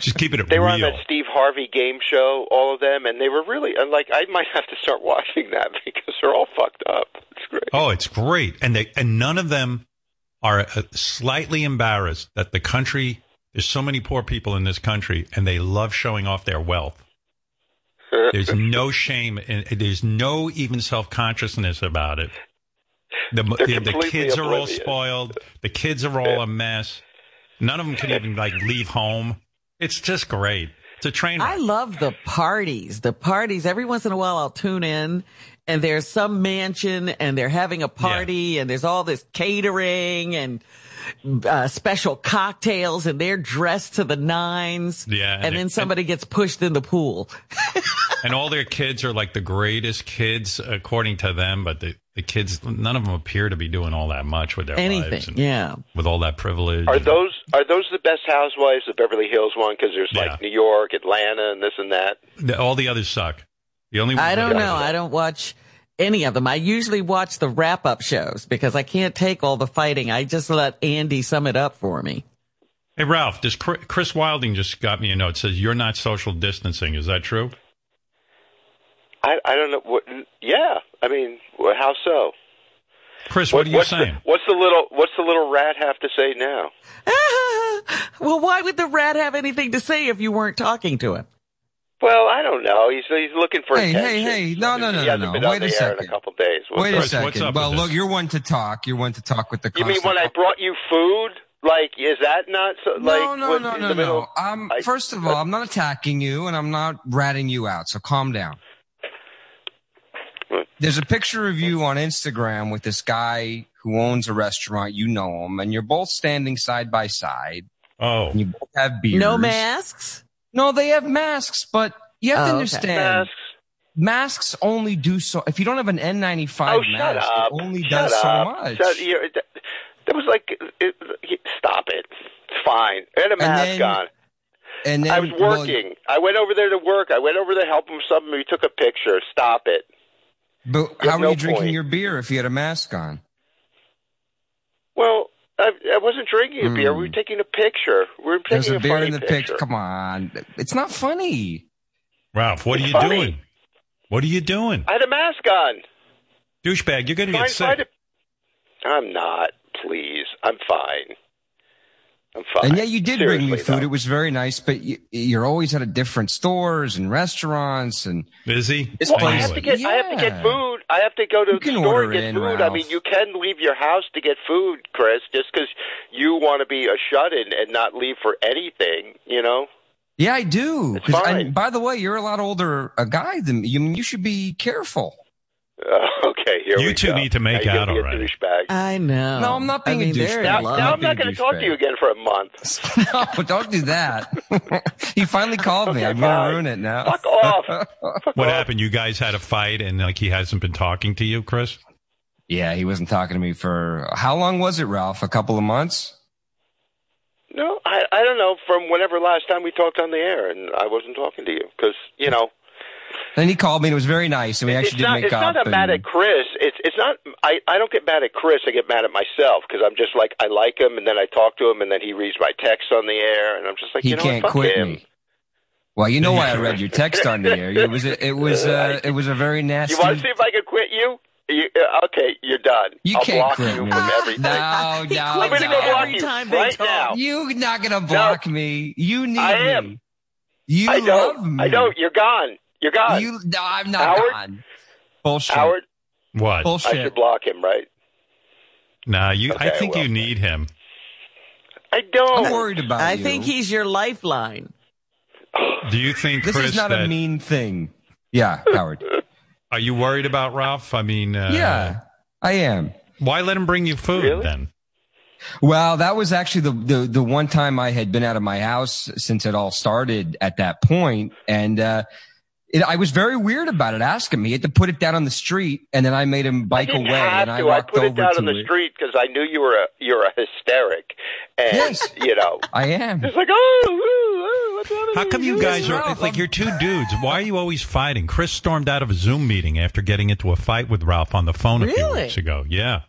Speaker 2: She's keeping it
Speaker 4: They were on
Speaker 2: real.
Speaker 4: that Steve Harvey game show, all of them, and they were really and like I might have to start watching that because they're all fucked up. It's great.
Speaker 2: Oh, it's great. And they and none of them are uh, slightly embarrassed that the country there's so many poor people in this country and they love showing off their wealth. There's no shame and there's no even self consciousness about it. The,
Speaker 4: They're
Speaker 2: the, the
Speaker 4: completely
Speaker 2: kids are all
Speaker 4: oblivious.
Speaker 2: spoiled. The kids are all a mess. None of them can even like leave home. It's just great. It's a train
Speaker 3: I
Speaker 2: wreck.
Speaker 3: love the parties. The parties. Every once in a while, I'll tune in, and there's some mansion, and they're having a party, and there's all this catering and uh, special cocktails, and they're dressed to the nines.
Speaker 2: Yeah,
Speaker 3: and,
Speaker 2: and
Speaker 3: then
Speaker 2: it-
Speaker 3: somebody gets pushed in the pool.
Speaker 2: and all their kids are like the greatest kids according to them. But the, the kids, none of them appear to be doing all that much with their lives
Speaker 3: Anything.
Speaker 2: and Mm-hmm.
Speaker 3: Yeah.
Speaker 2: with all that privilege.
Speaker 6: Oh,
Speaker 4: Are those are those the best housewives of Beverly Hills one? Because there's
Speaker 2: Yeah.
Speaker 4: like New York, Atlanta, and this and that.
Speaker 2: The- all the others suck. The only
Speaker 3: I don't
Speaker 2: the-
Speaker 3: know. I don't watch any of them. I usually watch the wrap up shows because I can't take all the fighting. I just let Andy sum it up for me.
Speaker 2: Hey Ralph, does Chri- Chris Wilding just got me a note? Says you're not social distancing. Is that true?
Speaker 4: I I don't know. What, yeah, I mean, wh- how so?
Speaker 2: Chris, what, are you
Speaker 4: what's
Speaker 2: saying?
Speaker 4: The, what's the little What's the little rat have to say now?
Speaker 3: well, why would the rat have anything to say if you weren't talking to him?
Speaker 4: Well, I don't know. He's he's looking for
Speaker 6: Hey, hey,
Speaker 4: attention.
Speaker 6: hey, no, no, no,
Speaker 4: he
Speaker 6: no,
Speaker 4: hasn't
Speaker 6: no.
Speaker 4: Been on
Speaker 6: Wait a
Speaker 4: the air in
Speaker 6: second.
Speaker 4: a couple days.
Speaker 6: Wait a
Speaker 2: Chris, what's up
Speaker 6: second.
Speaker 2: with
Speaker 6: Well,
Speaker 2: this?
Speaker 6: look, you're one to talk. You're one to talk with the.
Speaker 4: You mean
Speaker 6: constant-
Speaker 4: when I brought you food? Like, is that not so?
Speaker 6: No,
Speaker 4: like,
Speaker 6: no,
Speaker 4: when-
Speaker 6: no,
Speaker 4: in
Speaker 6: no,
Speaker 4: the middle-
Speaker 6: no. Um,
Speaker 4: I-
Speaker 6: first of all, I'm not attacking you, and I'm not ratting you out. So calm down.
Speaker 4: What?
Speaker 6: There's a picture of you on Instagram with this guy who owns a restaurant. You know him, and you're both standing side by side.
Speaker 2: Oh,
Speaker 6: And you both have beers.
Speaker 3: No masks?
Speaker 6: No, they have masks, but you have
Speaker 3: Oh,
Speaker 6: to
Speaker 3: okay.
Speaker 6: understand
Speaker 4: Masks.
Speaker 6: masks only do so. If you don't have an N95
Speaker 4: Oh,
Speaker 6: mask,
Speaker 4: shut up!
Speaker 6: it only
Speaker 4: shut
Speaker 6: does
Speaker 4: up.
Speaker 6: so much.
Speaker 4: Shut, you that, that was like, it, it- stop it. It's fine. I had a mask
Speaker 6: then-
Speaker 4: on.
Speaker 6: and then
Speaker 4: I was
Speaker 6: well,
Speaker 4: working. I went over there to work. I went over to help him something. We took a picture. Stop it.
Speaker 6: But
Speaker 4: You
Speaker 6: how
Speaker 4: have
Speaker 6: are
Speaker 4: no
Speaker 6: you drinking
Speaker 4: point.
Speaker 6: your beer if you had a mask on?
Speaker 4: Well, I, I wasn't drinking a beer.
Speaker 6: Mm.
Speaker 4: We were taking a picture. We were taking
Speaker 6: There's a beer
Speaker 4: funny
Speaker 6: in the
Speaker 4: picture.
Speaker 6: picture. Come on, it's not funny.
Speaker 2: Ralph, what are
Speaker 4: It's
Speaker 2: you
Speaker 4: funny.
Speaker 2: doing? What are you doing,
Speaker 4: I had a mask on.
Speaker 2: douchebag? You're going to
Speaker 4: Fine,
Speaker 2: get
Speaker 4: fine.
Speaker 2: sick.
Speaker 4: I'm not. Please, I'm fine. I'm fine.
Speaker 6: And yeah, you did bring me
Speaker 4: Seriously,
Speaker 6: food.
Speaker 4: though.
Speaker 6: It was very nice, but you, you're always at a different stores and restaurants, and
Speaker 2: Is he?
Speaker 6: It's
Speaker 4: Well, I have
Speaker 6: fine.
Speaker 4: to
Speaker 2: Anyway.
Speaker 4: get. I have to get
Speaker 6: Yeah.
Speaker 4: food. I have to go to
Speaker 6: You
Speaker 4: the
Speaker 6: can
Speaker 4: store
Speaker 6: order
Speaker 4: and get
Speaker 6: it in,
Speaker 4: food. I mean,
Speaker 6: Ralph.
Speaker 4: you can leave your house to get food, Chris, just because you want to be a shut-in and not leave for anything. You know.
Speaker 6: yeah, I do.
Speaker 4: It's
Speaker 6: 'Cause I-
Speaker 4: fine.
Speaker 6: by the way, you're a lot older a guy than me. You, you should be careful.
Speaker 4: Uh, okay, here
Speaker 2: You
Speaker 4: we
Speaker 2: two
Speaker 4: go.
Speaker 2: need to make
Speaker 4: Now you're
Speaker 2: out
Speaker 4: gonna be
Speaker 2: already.
Speaker 4: a douchebag.
Speaker 3: I know.
Speaker 6: No, I'm not being
Speaker 3: I
Speaker 6: a
Speaker 3: mean, they're
Speaker 6: douchebag.
Speaker 3: in
Speaker 4: Now,
Speaker 6: love.
Speaker 4: now I'm not going
Speaker 6: Douchebag.
Speaker 4: to talk to you again for a month.
Speaker 6: no, don't do that. he finally called me.
Speaker 4: Okay,
Speaker 6: I'm gonna
Speaker 4: fine.
Speaker 6: ruin it now.
Speaker 4: Fuck off. Fuck
Speaker 2: What
Speaker 4: off.
Speaker 2: happened? You guys had a fight, and like he hasn't been talking to you, Chris.
Speaker 6: Yeah, he wasn't talking to me for how long was it, Ralph? A couple of months.
Speaker 4: No, I I don't know. From whenever last time we talked on the air, and I wasn't talking to you because you know
Speaker 6: Then he called me and it was very nice and we actually
Speaker 4: it's
Speaker 6: did
Speaker 4: not,
Speaker 6: make
Speaker 4: it's
Speaker 6: up.
Speaker 4: not that
Speaker 6: and-
Speaker 4: mad at Chris. It's it's not. I I don't get mad at Chris. I get mad at myself because I'm just like I like him, and then I talk to him, and then he reads my text on the air, and I'm just like
Speaker 6: he
Speaker 4: you know
Speaker 6: can't
Speaker 4: what, fuck
Speaker 6: quit
Speaker 4: him.
Speaker 6: me. Well, you know why I read your text on the air. It was a, it was a, it was a very nasty.
Speaker 4: You want to see if I can quit you? you uh, okay, you're done.
Speaker 6: You
Speaker 4: I'll
Speaker 6: can't
Speaker 4: block
Speaker 6: quit
Speaker 4: you
Speaker 6: me.
Speaker 4: from everything.
Speaker 6: no,
Speaker 3: He
Speaker 6: no,
Speaker 3: quits
Speaker 4: I'm gonna go
Speaker 6: no.
Speaker 4: block
Speaker 3: every
Speaker 4: you
Speaker 3: time they
Speaker 4: right
Speaker 3: talk.
Speaker 4: now.
Speaker 6: You're not gonna block me. You need
Speaker 4: I am.
Speaker 6: me. You
Speaker 4: I don't.
Speaker 6: love me.
Speaker 4: I don't. You're gone. You're gone.
Speaker 6: You, no, I'm not
Speaker 4: Howard?
Speaker 6: gone. Bullshit.
Speaker 4: Howard,
Speaker 2: What?
Speaker 3: Oh.
Speaker 4: I should
Speaker 6: Bullshit.
Speaker 4: block him, right?
Speaker 2: Nah, you. I
Speaker 4: Okay,
Speaker 2: think
Speaker 4: well,
Speaker 2: you need him.
Speaker 4: I don't.
Speaker 6: I'm worried about
Speaker 3: I
Speaker 6: you.
Speaker 3: think he's your lifeline.
Speaker 2: Do you think
Speaker 6: This
Speaker 2: Chris?
Speaker 6: is not
Speaker 2: that,
Speaker 6: a mean thing. Yeah, Howard.
Speaker 2: Are you worried about Ralph? I mean, uh,
Speaker 6: yeah, I am.
Speaker 2: Why let him bring you food
Speaker 4: Really?
Speaker 2: then?
Speaker 6: Well, that was actually the, the the one time I had been out of my house since it all started at that point, and uh, it, I was very weird about it. Ask him; he had to put it down on the street, and then I made him
Speaker 4: I
Speaker 6: bike
Speaker 4: didn't
Speaker 6: away,
Speaker 4: have
Speaker 6: and I
Speaker 4: to. I,
Speaker 6: walked
Speaker 4: put
Speaker 6: over
Speaker 4: it down
Speaker 6: to
Speaker 4: on the street because I knew you were a you're a hysteric, and
Speaker 6: Yes.
Speaker 4: you know
Speaker 6: I am.
Speaker 4: it's like oh, ooh, ooh, what's wrong with
Speaker 2: How come you guys are
Speaker 6: Ralph,
Speaker 2: it's like
Speaker 6: I'm-
Speaker 2: you're two dudes? Why are you always fighting? Chris stormed out of a Zoom meeting after getting into a fight with Ralph on the phone a few
Speaker 3: Really?
Speaker 2: weeks ago. Yeah.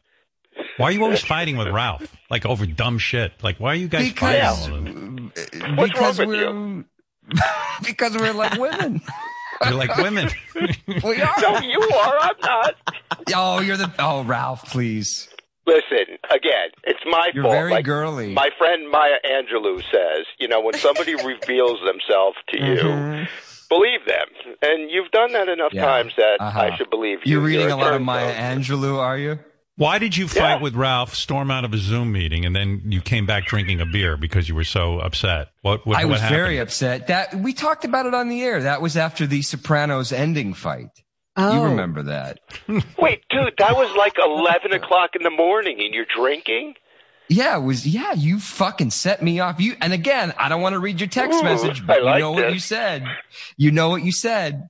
Speaker 2: Why are you always fighting with Ralph? Like over dumb shit. Like why are you guys
Speaker 6: Because,
Speaker 2: fighting? all the time?
Speaker 4: What's
Speaker 6: because
Speaker 4: wrong with
Speaker 6: we're because we're like women.
Speaker 2: You're like women.
Speaker 6: we are.
Speaker 4: No, you are. I'm not.
Speaker 6: Oh, you're the oh Ralph, please.
Speaker 4: Listen, again, it's my
Speaker 6: You're
Speaker 4: fault.
Speaker 6: very
Speaker 4: like,
Speaker 6: girly.
Speaker 4: My friend Maya Angelou says, you know, when somebody reveals themselves to you,
Speaker 6: Mhm.
Speaker 4: believe them. And you've done that enough
Speaker 6: Yeah.
Speaker 4: times that
Speaker 6: Uh-huh.
Speaker 4: I should believe you.
Speaker 6: You're reading
Speaker 4: You're
Speaker 6: a lot of
Speaker 4: turn-
Speaker 6: Maya Angelou, are you?
Speaker 2: Why did you fight
Speaker 4: Yeah.
Speaker 2: with Ralph, storm out of a Zoom meeting, and then you came back drinking a beer because you were so upset? What what,
Speaker 6: I
Speaker 2: what
Speaker 6: was
Speaker 2: happened?
Speaker 6: very upset. That we talked about it on the air. That was after the Sopranos ending fight.
Speaker 4: Oh.
Speaker 6: You remember that?
Speaker 4: Wait, dude, that was like 11 o'clock in the morning and you're drinking?
Speaker 6: Yeah, it was yeah. You fucking set me off. You and again, I don't want to read your text
Speaker 4: Ooh,
Speaker 6: message,
Speaker 4: I
Speaker 6: but
Speaker 4: like
Speaker 6: you know what
Speaker 4: this.
Speaker 6: you said. You know what you said,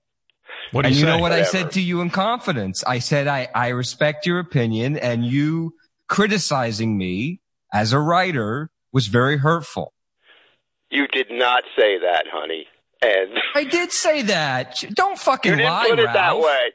Speaker 2: What do
Speaker 6: and
Speaker 2: you,
Speaker 6: you know
Speaker 2: say?
Speaker 6: what I
Speaker 4: Whatever.
Speaker 6: said to you in confidence. I said I I respect your opinion, and you criticizing me as a writer was very hurtful.
Speaker 4: You did not say that, honey. And
Speaker 6: I did say that. Don't fucking
Speaker 4: you didn't
Speaker 6: lie,
Speaker 4: put it that
Speaker 6: Ralph.
Speaker 4: way.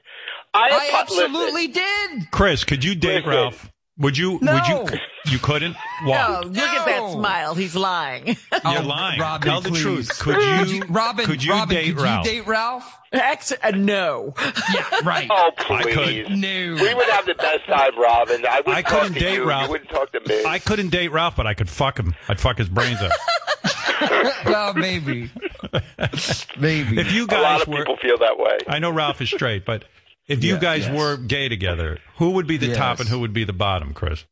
Speaker 4: I,
Speaker 6: I
Speaker 4: apo- listen,
Speaker 6: absolutely did.
Speaker 2: Chris, could you date
Speaker 4: Listen.
Speaker 2: Ralph? Would you
Speaker 6: No.
Speaker 2: would you you couldn't?
Speaker 3: Oh,
Speaker 2: Why?
Speaker 3: look at that
Speaker 6: No.
Speaker 3: smile. He's lying.
Speaker 2: You're
Speaker 6: Oh,
Speaker 2: lying.
Speaker 6: Robin,
Speaker 2: Tell the
Speaker 6: please.
Speaker 2: truth. Could you,
Speaker 6: Could you, Robin,
Speaker 2: could you
Speaker 6: Robin,
Speaker 2: date
Speaker 6: could
Speaker 2: Ralph?
Speaker 6: you date Ralph?
Speaker 3: Ex- uh, no.
Speaker 6: Yeah, right.
Speaker 4: Oh,
Speaker 2: I could.
Speaker 4: please. We
Speaker 6: no.
Speaker 4: would have the best time, Robin. I wouldn't
Speaker 2: I
Speaker 4: talk
Speaker 2: couldn't
Speaker 4: to
Speaker 2: date
Speaker 4: you.
Speaker 2: Ralph.
Speaker 4: You wouldn't talk to me.
Speaker 2: I couldn't date Ralph, but I could fuck him. I'd fuck his brains out.
Speaker 6: well, Oh, maybe. maybe.
Speaker 2: If you
Speaker 4: A lot
Speaker 2: guys
Speaker 4: of
Speaker 2: were,
Speaker 4: people feel that way.
Speaker 2: I know Ralph is straight, but if you
Speaker 6: Yeah,
Speaker 2: guys
Speaker 6: yes.
Speaker 2: were gay together, who would be the top
Speaker 6: Yes.
Speaker 2: and who would be the bottom, Chris?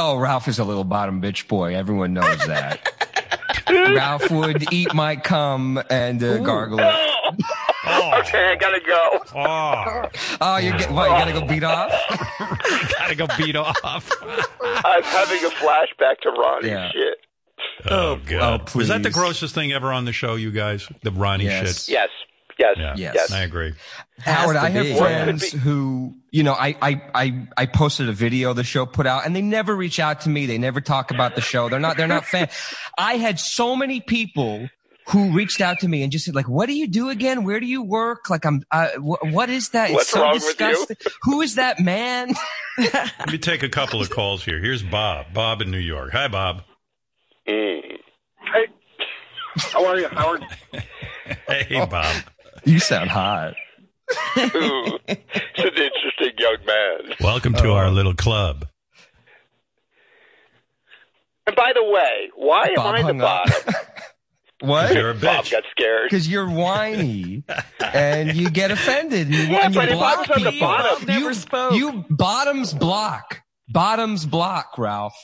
Speaker 6: oh, Ralph is a little bottom bitch boy. Everyone knows that. Ralph would eat my cum and uh, gargle it.
Speaker 4: Oh,
Speaker 2: Oh,
Speaker 4: okay, I gotta go.
Speaker 2: oh, I
Speaker 6: Oh, you're getting, what, you gotta go beat off?
Speaker 2: gotta go beat off.
Speaker 4: Oh, I'm having a flashback to Ronnie
Speaker 6: Yeah.
Speaker 4: shit.
Speaker 2: Oh
Speaker 6: oh,
Speaker 2: god,
Speaker 6: please.
Speaker 2: was that the grossest thing ever on the show? You guys, the Ronnie
Speaker 6: Yes.
Speaker 2: shit.
Speaker 4: Yes, yes,
Speaker 2: Yeah.
Speaker 6: Yes.
Speaker 2: I agree.
Speaker 6: Howard,
Speaker 3: Has to
Speaker 6: I have
Speaker 3: be.
Speaker 6: friends
Speaker 4: Could
Speaker 6: who, you know, I, I, I, I posted a video the show put out and they never reach out to me. They never talk about the show. They're not, they're not fan. I had so many people who reached out to me and just said like, what do you do again? Where do you work? Like I'm, uh, wh- what is that?
Speaker 4: What's
Speaker 6: it's so
Speaker 4: wrong with you?
Speaker 6: disgusting. Who is that man?
Speaker 2: Let me take a couple of calls here. Here's Bob. Bob in New York. Hi, Bob.
Speaker 4: Mm.
Speaker 5: Hey, how are you, Howard?
Speaker 2: Hey, Bob.
Speaker 6: You sound hot.
Speaker 4: Ooh, it's an interesting young man.
Speaker 2: Welcome to
Speaker 6: Oh.
Speaker 2: our little club.
Speaker 4: And by the way, why
Speaker 6: Bob
Speaker 4: am I the
Speaker 6: hung up.
Speaker 4: bottom?
Speaker 6: What?
Speaker 2: You're a
Speaker 4: Bob
Speaker 2: bitch.
Speaker 4: got scared.
Speaker 6: Because you're whiny and you get offended and you,
Speaker 4: Yeah,
Speaker 6: and you
Speaker 4: but if I
Speaker 6: block
Speaker 4: was on the
Speaker 6: people.
Speaker 4: bottom-
Speaker 3: Bob never
Speaker 6: you,
Speaker 3: spoke.
Speaker 6: you bottoms block. Bottoms block, Ralph.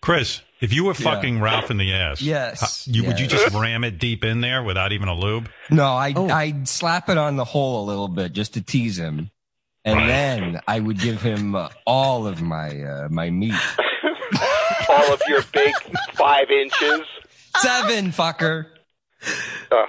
Speaker 2: Chris, if you were fucking Ralph in the ass,
Speaker 6: Yes,
Speaker 2: how- you, would you
Speaker 6: yes.
Speaker 2: just ram it deep in there without even a lube?
Speaker 6: No, I
Speaker 3: Oh.
Speaker 6: I'd slap it on the hole a little bit just to tease him, and then I would give him uh, all of my uh, my meat.
Speaker 4: All of your big five inches.
Speaker 6: Seven fucker.
Speaker 4: Ugh,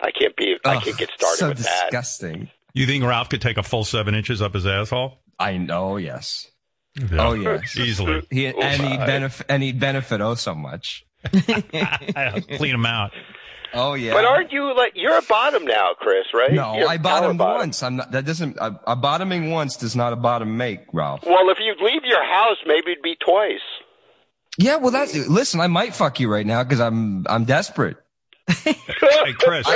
Speaker 4: I can't be. I
Speaker 6: Ugh,
Speaker 4: can't get started
Speaker 6: so
Speaker 4: with that.
Speaker 6: disgusting.
Speaker 2: You think Ralph could take a full seven inches up his asshole?
Speaker 6: I know. Yes.
Speaker 2: Yeah.
Speaker 6: Oh yes.
Speaker 2: Easily.
Speaker 6: He, and he'd
Speaker 4: my.
Speaker 6: benefit. And he'd benefit oh so much.
Speaker 2: I'll clean them out.
Speaker 6: Oh yeah.
Speaker 4: But aren't you like you're a bottom now, Chris? Right?
Speaker 6: no,
Speaker 4: You're
Speaker 6: I
Speaker 4: power
Speaker 6: bottomed once. I'm not, that doesn't. A, a bottoming once does not a bottom make, Ralph.
Speaker 4: Well, if you'd leave your house, maybe it'd be twice.
Speaker 6: Yeah, well, that's listen. I might fuck you right now because I'm I'm desperate.
Speaker 2: Hey, Chris.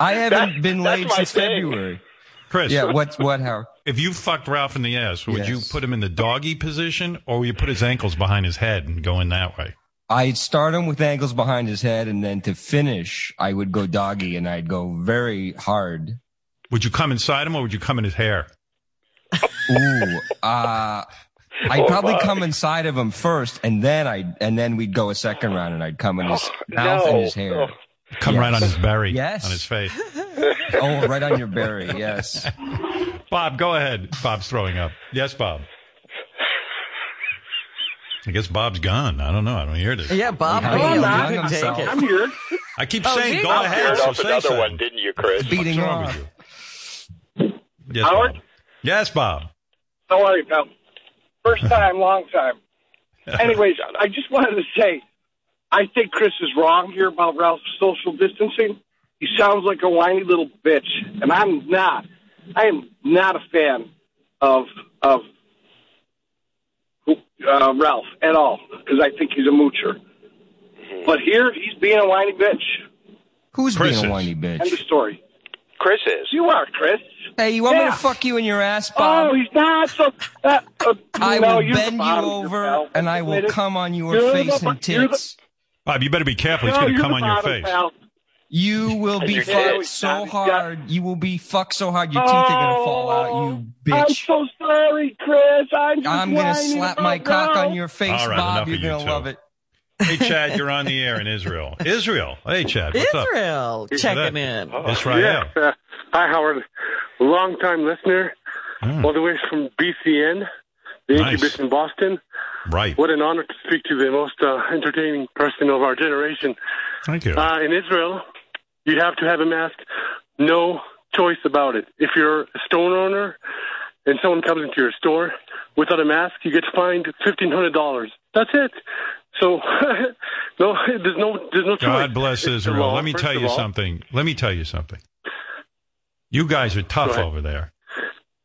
Speaker 6: I haven't
Speaker 4: That-
Speaker 6: been
Speaker 4: that's
Speaker 6: laid
Speaker 4: my
Speaker 6: since
Speaker 4: thing.
Speaker 6: February.
Speaker 2: Chris,
Speaker 6: Yeah, what what Howard?
Speaker 2: if you fucked Ralph in the ass, would you
Speaker 6: Yes.
Speaker 2: put him in the doggy position or would you put his ankles behind his head and go in that way?
Speaker 6: I'd start him with ankles behind his head, and then to finish, I would go doggy, and I'd go very hard.
Speaker 2: Would you come inside him or would you come in his hair?
Speaker 6: Ooh, uh, I'd
Speaker 4: Oh,
Speaker 6: probably
Speaker 4: my.
Speaker 6: come inside of him first, and then I would and then we'd go a second round, and I'd come in his mouth
Speaker 4: no.
Speaker 6: and his hair.
Speaker 4: Oh.
Speaker 2: Come right on his berry.
Speaker 6: Yes.
Speaker 2: On his face.
Speaker 6: Oh, right on your berry. Yes.
Speaker 2: Bob, go ahead. Bob's throwing up. Yes, Bob. I guess Bob's gone. I don't know. I don't hear this.
Speaker 3: Yeah, Bob.
Speaker 6: How
Speaker 3: Lee,
Speaker 5: you
Speaker 3: you
Speaker 5: not?
Speaker 3: can take
Speaker 6: Himself.
Speaker 3: it.
Speaker 5: I'm here.
Speaker 2: I keep
Speaker 3: Oh,
Speaker 2: saying
Speaker 3: did
Speaker 2: go
Speaker 3: Bob
Speaker 2: ahead.
Speaker 4: Paired
Speaker 2: So
Speaker 4: off
Speaker 2: say
Speaker 4: another
Speaker 2: something.
Speaker 4: one, didn't you, Chris?
Speaker 2: What's
Speaker 6: Beating
Speaker 2: wrong
Speaker 6: off.
Speaker 2: with you? Yes,
Speaker 5: Howard?
Speaker 2: Bob. Yes, Bob.
Speaker 5: How are you, pal? First time, long time. Anyways, I just wanted to say, I think Chris is wrong here about Ralph's social distancing. He sounds like a whiny little bitch, and I'm not. I am not a fan of of uh, Ralph at all because I think he's a moocher. But here, he's being a whiny bitch.
Speaker 6: Who's
Speaker 2: Chris is.
Speaker 6: being a whiny
Speaker 5: End of
Speaker 6: bitch?
Speaker 5: story.
Speaker 4: Chris is.
Speaker 5: You are, Chris.
Speaker 6: Hey, you want me
Speaker 5: Yeah.
Speaker 6: to fuck you in your ass, Bob?
Speaker 5: Oh, he's not so. Uh, uh,
Speaker 6: I
Speaker 5: no,
Speaker 6: will
Speaker 5: you're the
Speaker 6: bend you
Speaker 5: bottom, you're
Speaker 6: over
Speaker 5: pal.
Speaker 6: and I
Speaker 5: Wait
Speaker 6: will
Speaker 5: a-
Speaker 6: come on your
Speaker 5: You're
Speaker 6: face
Speaker 5: the-
Speaker 6: and
Speaker 5: you're the-
Speaker 6: tits.
Speaker 2: Bob, you better be careful. He's
Speaker 5: No,
Speaker 2: going to
Speaker 5: you're
Speaker 2: come
Speaker 5: the
Speaker 2: on your
Speaker 5: bottom,
Speaker 2: face.
Speaker 5: pal.
Speaker 6: You will be
Speaker 4: Your
Speaker 6: fucked
Speaker 5: tits.
Speaker 6: so
Speaker 5: Yeah.
Speaker 6: hard. You will be fucked so hard your teeth are gonna fall out, you
Speaker 5: Oh, I'm
Speaker 6: bitch.
Speaker 5: so sorry, Chris. I'm, just
Speaker 6: I'm gonna
Speaker 5: whining
Speaker 6: slap
Speaker 5: about
Speaker 6: my cock
Speaker 5: Ralph.
Speaker 6: on your face,
Speaker 2: All right, enough
Speaker 6: Bob.
Speaker 2: of
Speaker 6: You're
Speaker 2: you
Speaker 6: gonna
Speaker 2: two.
Speaker 6: love it.
Speaker 2: Hey, Chad, you're on the air in Israel. Israel. Hey, Chad, what's up?
Speaker 3: Israel checking in.
Speaker 2: Israel.
Speaker 7: Uh, hi, Howard. Long time listener,
Speaker 2: Mm,
Speaker 7: all the way from BCN, the
Speaker 2: Nice.
Speaker 7: incubus in Boston.
Speaker 2: right.
Speaker 7: What an honor to speak to the most uh, entertaining person of our generation.
Speaker 2: Thank you.
Speaker 7: Uh, in Israel, you have to have a mask. No choice about it. If you're a store owner and someone comes into your store without a mask, you get fined fifteen hundred dollars. That's it. So no, there's no there's no choice.
Speaker 2: God bless
Speaker 7: First of
Speaker 2: Israel.
Speaker 7: all-
Speaker 2: Let me
Speaker 7: first
Speaker 2: tell
Speaker 7: of
Speaker 2: you
Speaker 7: all-
Speaker 2: something. Let me tell you something. You guys are tough
Speaker 7: Go ahead.
Speaker 2: over there.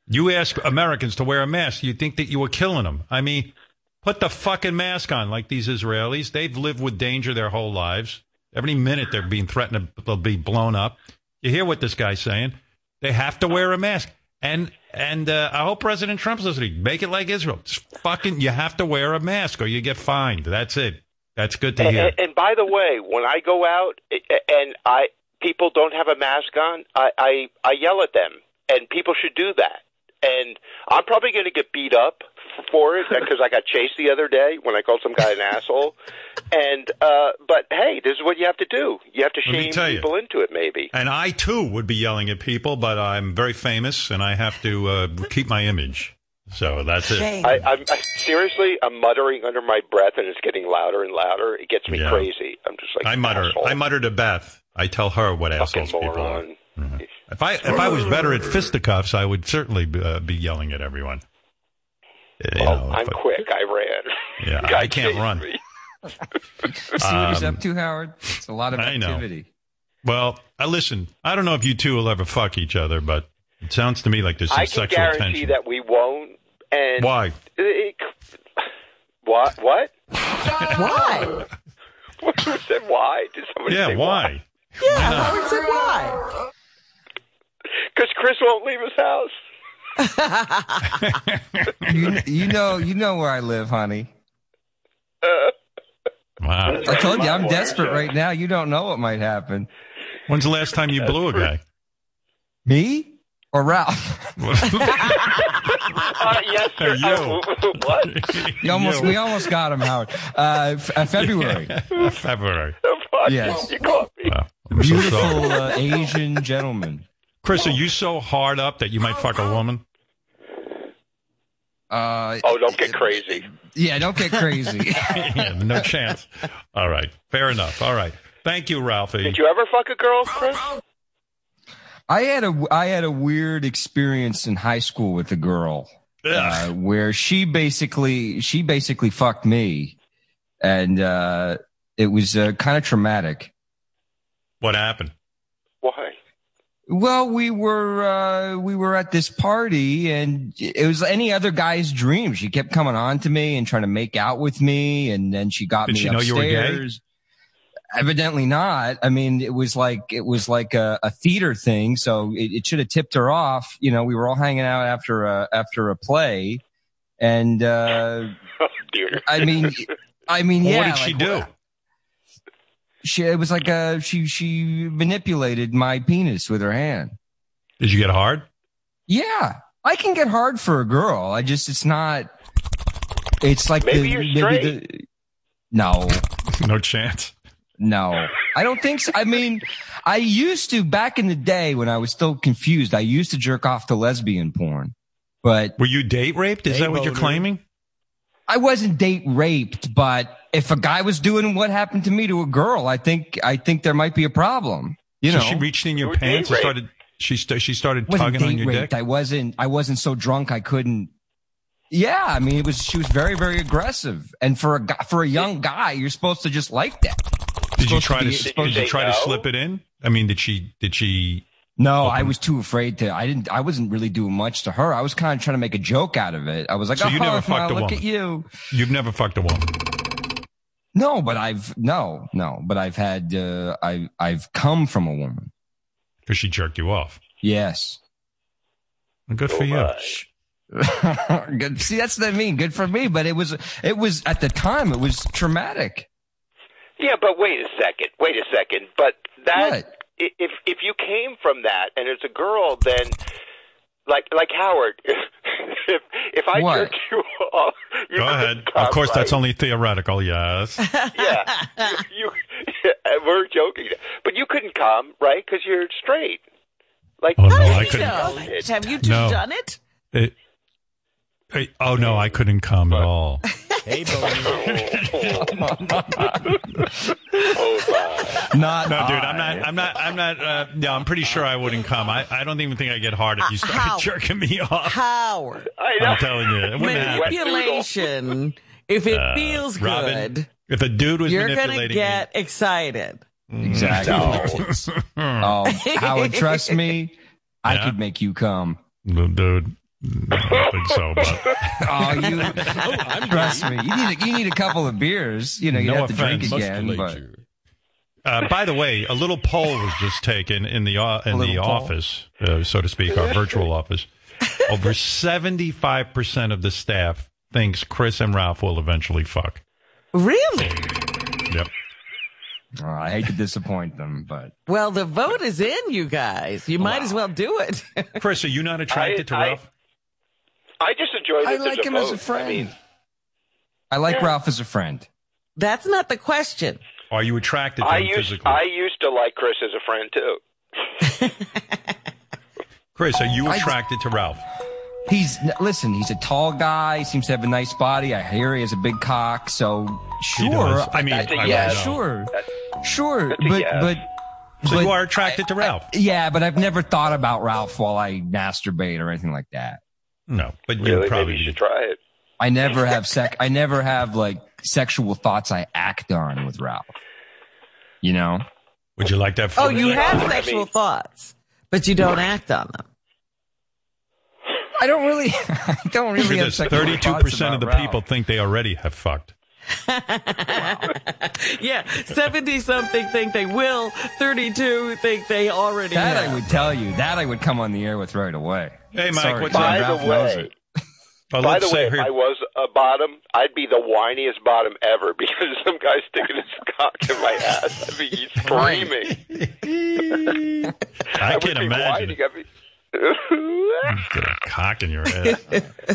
Speaker 2: You ask Americans to wear a mask. You think that you were killing them. I mean, put the fucking mask on like these Israelis. They've lived with danger their whole lives. Every minute they're being threatened to they'll be blown up. You hear what this guy's saying? They have to wear a mask. And and uh, I hope President Trump's listening. Make it like Israel. It's fucking you have to wear a mask or you get fined. That's it. That's good to
Speaker 4: And,
Speaker 2: hear.
Speaker 4: and, and by the way, when I go out a- a- and I people don't have a mask on, I I, I yell at them, and people should do that. And I'm probably going to get beat up f- for it because I got chased the other day when I called some guy an asshole. And uh, but hey, this is what you have to do. You have to
Speaker 2: Let me
Speaker 4: shame
Speaker 2: tell you.
Speaker 4: people into it. Maybe
Speaker 2: And I too would be yelling at people, but I'm very famous and I have to uh, keep my image. So that's it.
Speaker 4: I, I'm I, seriously, I'm muttering under my breath, and it's getting louder and louder. It gets me
Speaker 2: Yeah.
Speaker 4: crazy. I'm just like
Speaker 2: I mutter.
Speaker 4: Asshole.
Speaker 2: I mutter to Beth. I tell her what
Speaker 4: fucking
Speaker 2: assholes people Mm-hmm. are.
Speaker 4: moron.
Speaker 2: If I if I was better at fisticuffs, I would certainly be, uh, be yelling at everyone. You
Speaker 4: Well,
Speaker 2: know,
Speaker 4: I'm
Speaker 2: but-
Speaker 4: quick. I ran.
Speaker 2: Yeah,
Speaker 4: God
Speaker 2: I can't
Speaker 4: chased
Speaker 2: run.
Speaker 4: me.
Speaker 6: See what he's
Speaker 2: Um,
Speaker 6: up to, Howard? It's a lot of
Speaker 2: I know.
Speaker 6: activity.
Speaker 2: Well, I listen. I don't know if you two will ever fuck each other, but it sounds to me like there's some
Speaker 4: I can
Speaker 2: sexual
Speaker 4: guarantee
Speaker 2: tension.
Speaker 4: that we won't. And
Speaker 2: Why?
Speaker 4: It- it- what? What?
Speaker 3: Why?
Speaker 4: Who said why? Did somebody
Speaker 2: Yeah,
Speaker 4: say
Speaker 2: why?
Speaker 3: Yeah, Howard said why.
Speaker 4: Because Chris won't leave his house.
Speaker 6: You, you know, you know where I live, honey.
Speaker 2: Wow.
Speaker 6: I told you I'm desperate right now. You don't know what might happen.
Speaker 2: When's the last time you blew a guy?
Speaker 6: Me or Ralph?
Speaker 4: Uh, yes, sir.
Speaker 2: You.
Speaker 4: I- what?
Speaker 6: You almost,
Speaker 2: You.
Speaker 6: we almost got him, Howard. Uh, f- uh, February.
Speaker 2: February.
Speaker 4: The fuck?
Speaker 6: Yes.
Speaker 4: You caught me.
Speaker 2: Wow. I'm so sorry.
Speaker 6: Beautiful uh, Asian gentleman.
Speaker 2: Chris, are you so hard up that you might fuck a woman?
Speaker 6: Uh,
Speaker 4: Oh, don't get crazy.
Speaker 6: yeah, don't get crazy.
Speaker 2: Yeah, no chance. All right. Fair enough. All right. Thank you, Ralphie.
Speaker 4: Did you ever fuck a girl, Chris?
Speaker 6: I had a I had a weird experience in high school with a girl uh,
Speaker 2: Ugh.
Speaker 6: where she basically she basically fucked me, and uh, It was uh, kind of traumatic.
Speaker 2: What happened?
Speaker 4: Why?
Speaker 6: Well, we were uh, we were at this party, and it was any other guy's dream. She kept coming on to me and trying to make out with me, and then she got
Speaker 2: Did
Speaker 6: me
Speaker 2: she know
Speaker 6: upstairs.
Speaker 2: you were gay?
Speaker 6: Evidently not. I mean, it was like it was like a, a theater thing, so it, it should have tipped her off. You know, we were all hanging out after a after a play, and uh,
Speaker 4: Oh, dear.
Speaker 6: I mean, I mean,
Speaker 2: Well,
Speaker 6: yeah.
Speaker 2: what did she do?
Speaker 6: like, She it was like uh, she she manipulated my penis with her hand.
Speaker 2: Did you get hard?
Speaker 6: Yeah, I can get hard for a girl. I just it's not. It's like
Speaker 4: Maybe
Speaker 6: the,
Speaker 4: you're
Speaker 6: the-
Speaker 4: straight.
Speaker 6: the- no,
Speaker 2: No chance.
Speaker 6: no, I don't think so. I mean, I used to back in the day when I was still confused. I used to jerk off to lesbian porn, but
Speaker 2: Were you date raped? Is
Speaker 8: They
Speaker 2: that what you're
Speaker 8: voted.
Speaker 2: claiming?
Speaker 6: I wasn't date raped. But if a guy was doing what happened to me to a girl, I think I think there might be a problem. You
Speaker 2: so
Speaker 6: know,
Speaker 2: she reached in your
Speaker 4: You were
Speaker 2: pants and
Speaker 4: date raped.
Speaker 2: started. She st- she started
Speaker 6: wasn't
Speaker 2: tugging on
Speaker 6: date
Speaker 2: your
Speaker 6: raped.
Speaker 2: dick.
Speaker 6: I wasn't. I wasn't so drunk I couldn't. Yeah, I mean, it was. She was very, very aggressive, and for a guy, for a young guy, you're supposed to just like that.
Speaker 2: Did you
Speaker 6: supposed
Speaker 2: try
Speaker 6: to
Speaker 2: to s-
Speaker 6: be- it's
Speaker 2: did
Speaker 4: supposed
Speaker 2: you
Speaker 4: to
Speaker 2: try to
Speaker 4: go.
Speaker 2: slip it in? I mean, did she did she?
Speaker 6: No, I was too afraid to. I didn't. I wasn't really doing much to her. I was kind of trying to make a joke out of it. I was like,
Speaker 2: So
Speaker 6: "Oh,
Speaker 2: you never
Speaker 6: now
Speaker 2: fucked a
Speaker 6: look
Speaker 2: woman?
Speaker 6: at you."
Speaker 2: You've never fucked a woman.
Speaker 6: No, but I've no, no, but I've had. Uh, I I've come from a woman.
Speaker 2: because she jerked you off.
Speaker 6: Yes.
Speaker 2: Well, Good for
Speaker 4: Oh,
Speaker 2: you.
Speaker 4: my.
Speaker 6: Good. See, that's what I mean. Good for me, but it was. It was at the time. It was traumatic.
Speaker 4: Yeah, but wait a second. Wait a second. But that
Speaker 6: What?
Speaker 4: i- if if you came from that and it's a girl, then like like Howard, if if I
Speaker 6: What?
Speaker 4: jerk you off, you
Speaker 2: Go
Speaker 4: could
Speaker 2: ahead.
Speaker 4: come,
Speaker 2: Of course, that's
Speaker 4: right?
Speaker 2: only theoretical. Yes.
Speaker 4: yeah. You, and we're joking, but you couldn't come, right? Because you're straight. Like
Speaker 2: Oh, no,
Speaker 3: How did
Speaker 2: I
Speaker 3: you
Speaker 2: couldn't-
Speaker 3: know? Have you two
Speaker 2: No.
Speaker 3: done it?
Speaker 2: It- I- oh no, I couldn't come at all.
Speaker 8: Hey, Bodie.
Speaker 6: Not.
Speaker 2: No, dude, I'm
Speaker 6: I.
Speaker 2: not. I'm not. I'm not. Uh, no, I'm pretty sure I wouldn't come. I, I don't even think I get hard if you start
Speaker 3: How?
Speaker 2: jerking me off.
Speaker 3: Howard.
Speaker 4: I know.
Speaker 2: I'm telling you, it wouldn't happen.
Speaker 3: Manipulation. if it
Speaker 2: Uh,
Speaker 3: feels good,
Speaker 2: Robin, If a dude was
Speaker 3: you're gonna
Speaker 2: manipulating
Speaker 3: get excited.
Speaker 6: Exactly.
Speaker 2: me,
Speaker 6: Oh, Howard, trust me, I
Speaker 2: Yeah.
Speaker 6: could make you come.
Speaker 2: No, dude, I don't think so. But
Speaker 6: Oh, you trust me. You need a, you need a couple of beers. You know, you
Speaker 2: No
Speaker 6: have to drink
Speaker 2: offense.
Speaker 6: again. But
Speaker 2: uh, by the way, a little poll was just taken in the o- in the
Speaker 6: little poll.
Speaker 2: office, uh, so to speak, our virtual office. Over seventy five percent of the staff thinks Chris and Ralph will eventually fuck.
Speaker 3: Really?
Speaker 2: Yep.
Speaker 6: Oh, I hate to disappoint them, but
Speaker 3: Well, the vote is in, you guys. You might as well do it.
Speaker 2: Chris, are you not attracted to
Speaker 4: I-
Speaker 2: Ralph?
Speaker 4: I just enjoy. That
Speaker 6: I
Speaker 4: there's
Speaker 6: like him
Speaker 4: vote.
Speaker 6: as a friend.
Speaker 4: I
Speaker 6: I,
Speaker 4: mean,
Speaker 6: like
Speaker 4: Yeah.
Speaker 6: Ralph as a friend.
Speaker 3: That's not the question.
Speaker 2: Are you attracted to
Speaker 4: I
Speaker 2: him
Speaker 4: used
Speaker 2: physically?
Speaker 4: I used to like Chris as a friend too.
Speaker 2: Chris, are you
Speaker 6: I-
Speaker 2: attracted to Ralph?
Speaker 6: He's listen. He's a tall guy. Seems to have a nice body. I hear he has a big cock. So
Speaker 2: He
Speaker 6: sure.
Speaker 2: does. I mean,
Speaker 4: That's a
Speaker 2: I
Speaker 4: yes.
Speaker 2: don't know.
Speaker 6: sure, sure.
Speaker 4: a
Speaker 6: But
Speaker 4: yes.
Speaker 6: but
Speaker 2: So
Speaker 6: but
Speaker 2: you are attracted to Ralph?
Speaker 6: yeah. But I've never thought about Ralph while I masturbate or anything like that.
Speaker 2: no, but you
Speaker 4: Really,
Speaker 2: would probably
Speaker 4: maybe you
Speaker 2: be-
Speaker 4: should try it.
Speaker 6: I never have sec. I never have like sexual thoughts I act on with Ralph. You know,
Speaker 2: Would you like that?
Speaker 3: Oh,
Speaker 2: for
Speaker 3: you
Speaker 2: me?
Speaker 4: I mean-
Speaker 3: have sexual thoughts, but you don't act on them.
Speaker 6: I don't really, I don't
Speaker 2: Look
Speaker 6: really
Speaker 2: at
Speaker 6: have
Speaker 2: this.
Speaker 6: sexual
Speaker 2: Thirty-two
Speaker 6: thoughts
Speaker 2: percent
Speaker 6: about
Speaker 2: of the
Speaker 6: Ralph.
Speaker 2: people think they already have fucked.
Speaker 3: Yeah, 70 something think they will, 32 think they already
Speaker 6: That
Speaker 3: have.
Speaker 6: I would tell you. That I would come on the air with right away.
Speaker 2: Hey, Mike,
Speaker 6: Sorry,
Speaker 2: what's
Speaker 6: John,
Speaker 2: up?
Speaker 4: By
Speaker 6: Ralph
Speaker 4: the
Speaker 6: knows
Speaker 4: way,
Speaker 6: it.
Speaker 2: Well,
Speaker 4: By
Speaker 2: let's
Speaker 4: the
Speaker 2: say
Speaker 4: way, if
Speaker 2: here-
Speaker 4: I was a bottom, I'd be the whiniest bottom ever because some guy's sticking his cock in my ass. I'd be screaming.
Speaker 2: I
Speaker 4: would
Speaker 2: can
Speaker 4: be
Speaker 2: imagine.
Speaker 4: whining. I'd be-
Speaker 2: Get a cock in your ass.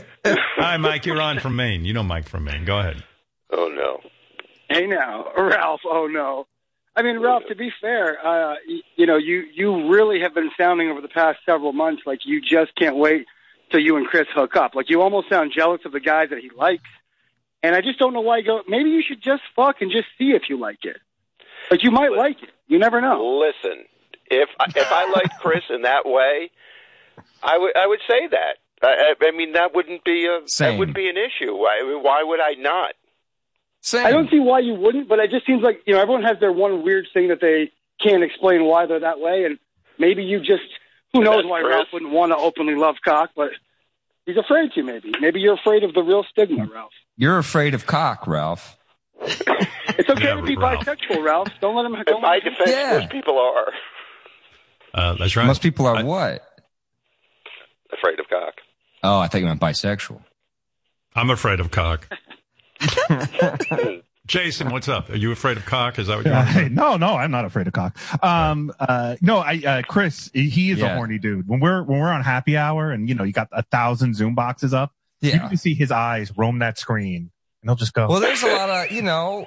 Speaker 2: Hi, Mike. You're on from Maine. You know Mike from Maine. Go ahead.
Speaker 4: oh no.
Speaker 5: Hey now, Ralph. Oh no. I mean, Ralph. To be fair, uh, y- you know, you you really have been sounding over the past several months like you just can't wait till you and Chris hook up. Like you almost sound jealous of the guys that he likes, and I just don't know why. You go. Maybe you should just fuck and just see if you like it. Like you might like it. You never know.
Speaker 4: Listen, if I- if I liked Chris in that way, I would I would say that. I, I I mean, that wouldn't be a
Speaker 6: Same.
Speaker 4: that wouldn't be an issue. Why, why would I not?
Speaker 6: Same.
Speaker 5: I don't see why you wouldn't, but it just seems like you know everyone has their one weird thing that they can't explain why they're that way, and maybe you just who knows
Speaker 4: That's
Speaker 5: why
Speaker 4: Chris.
Speaker 5: Ralph wouldn't want to openly love cock, but he's afraid to. Maybe maybe you're afraid of the real stigma, Ralph.
Speaker 6: You're afraid of cock, Ralph.
Speaker 5: It's okay
Speaker 2: Yeah,
Speaker 5: to be
Speaker 2: Ralph.
Speaker 5: bisexual, Ralph. Don't let him.
Speaker 4: In
Speaker 5: Don't
Speaker 4: my
Speaker 5: let him
Speaker 4: defense,
Speaker 6: Yeah.
Speaker 4: most people are
Speaker 2: Uh, that's right.
Speaker 6: Most people are
Speaker 2: I-
Speaker 6: what?
Speaker 4: afraid of cock.
Speaker 6: Oh, I thought you meant bisexual.
Speaker 2: I'm afraid of cock. Jason, what's up? Are you afraid of cock? Is that what you're?
Speaker 8: Yeah. Hey, no, no, I'm not afraid of cock. Um, uh, no, I, uh, Chris, he is
Speaker 6: Yeah.
Speaker 8: a horny dude. When we're, when we're on happy hour and, you know, you got a thousand Zoom boxes up, you
Speaker 6: Yeah.
Speaker 8: can see his eyes roam that screen and he'll just go,
Speaker 6: Well, there's a lot of, you know.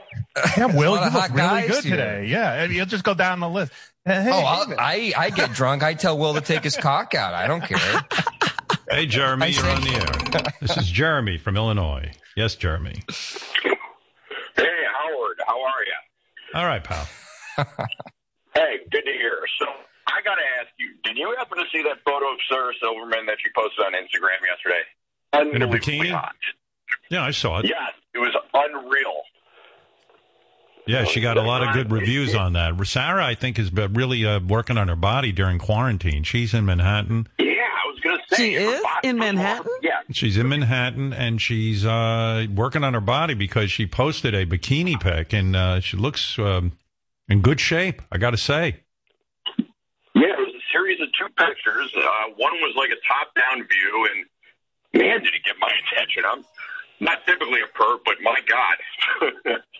Speaker 8: yeah,
Speaker 6: a
Speaker 8: Will,
Speaker 6: lot
Speaker 8: you
Speaker 6: of
Speaker 8: look
Speaker 6: hot
Speaker 8: really
Speaker 6: guys
Speaker 8: good
Speaker 6: here.
Speaker 8: today. Yeah. And he'll just go down the list. Uh, hey,
Speaker 6: oh,
Speaker 8: hey,
Speaker 6: I'll, I I get drunk. I tell Will to take his cock out. I don't care.
Speaker 2: Hey,
Speaker 6: I
Speaker 2: Jeremy, you're
Speaker 6: see.
Speaker 2: on the air. This is Jeremy from Illinois. Yes, Jeremy.
Speaker 9: Hey, Howard, how are you?
Speaker 2: All right, pal.
Speaker 9: Hey, good to hear. So I got to ask you, did you happen to see that photo of Sarah Silverman that you posted on Instagram yesterday?
Speaker 2: In a bikini?
Speaker 9: hot.
Speaker 2: Yeah, I saw it.
Speaker 9: Yes, it was unreal.
Speaker 2: Yeah, she got a lot of good reviews on that. Sarah, I think, has been really uh, working on her body during quarantine. She's in Manhattan.
Speaker 9: Yeah, I was going to say.
Speaker 3: She
Speaker 9: her
Speaker 3: is
Speaker 9: body
Speaker 3: in
Speaker 9: was
Speaker 3: Manhattan?
Speaker 9: horrible. Yeah,
Speaker 2: She's in Manhattan and she's uh, working on her body because she posted a bikini pic and uh, she looks um, in good shape. I got to say.
Speaker 9: yeah, it was a series of two pictures. Uh, one was like a top-down view, and man, did it get my attention. I'm not typically a perv, but my God.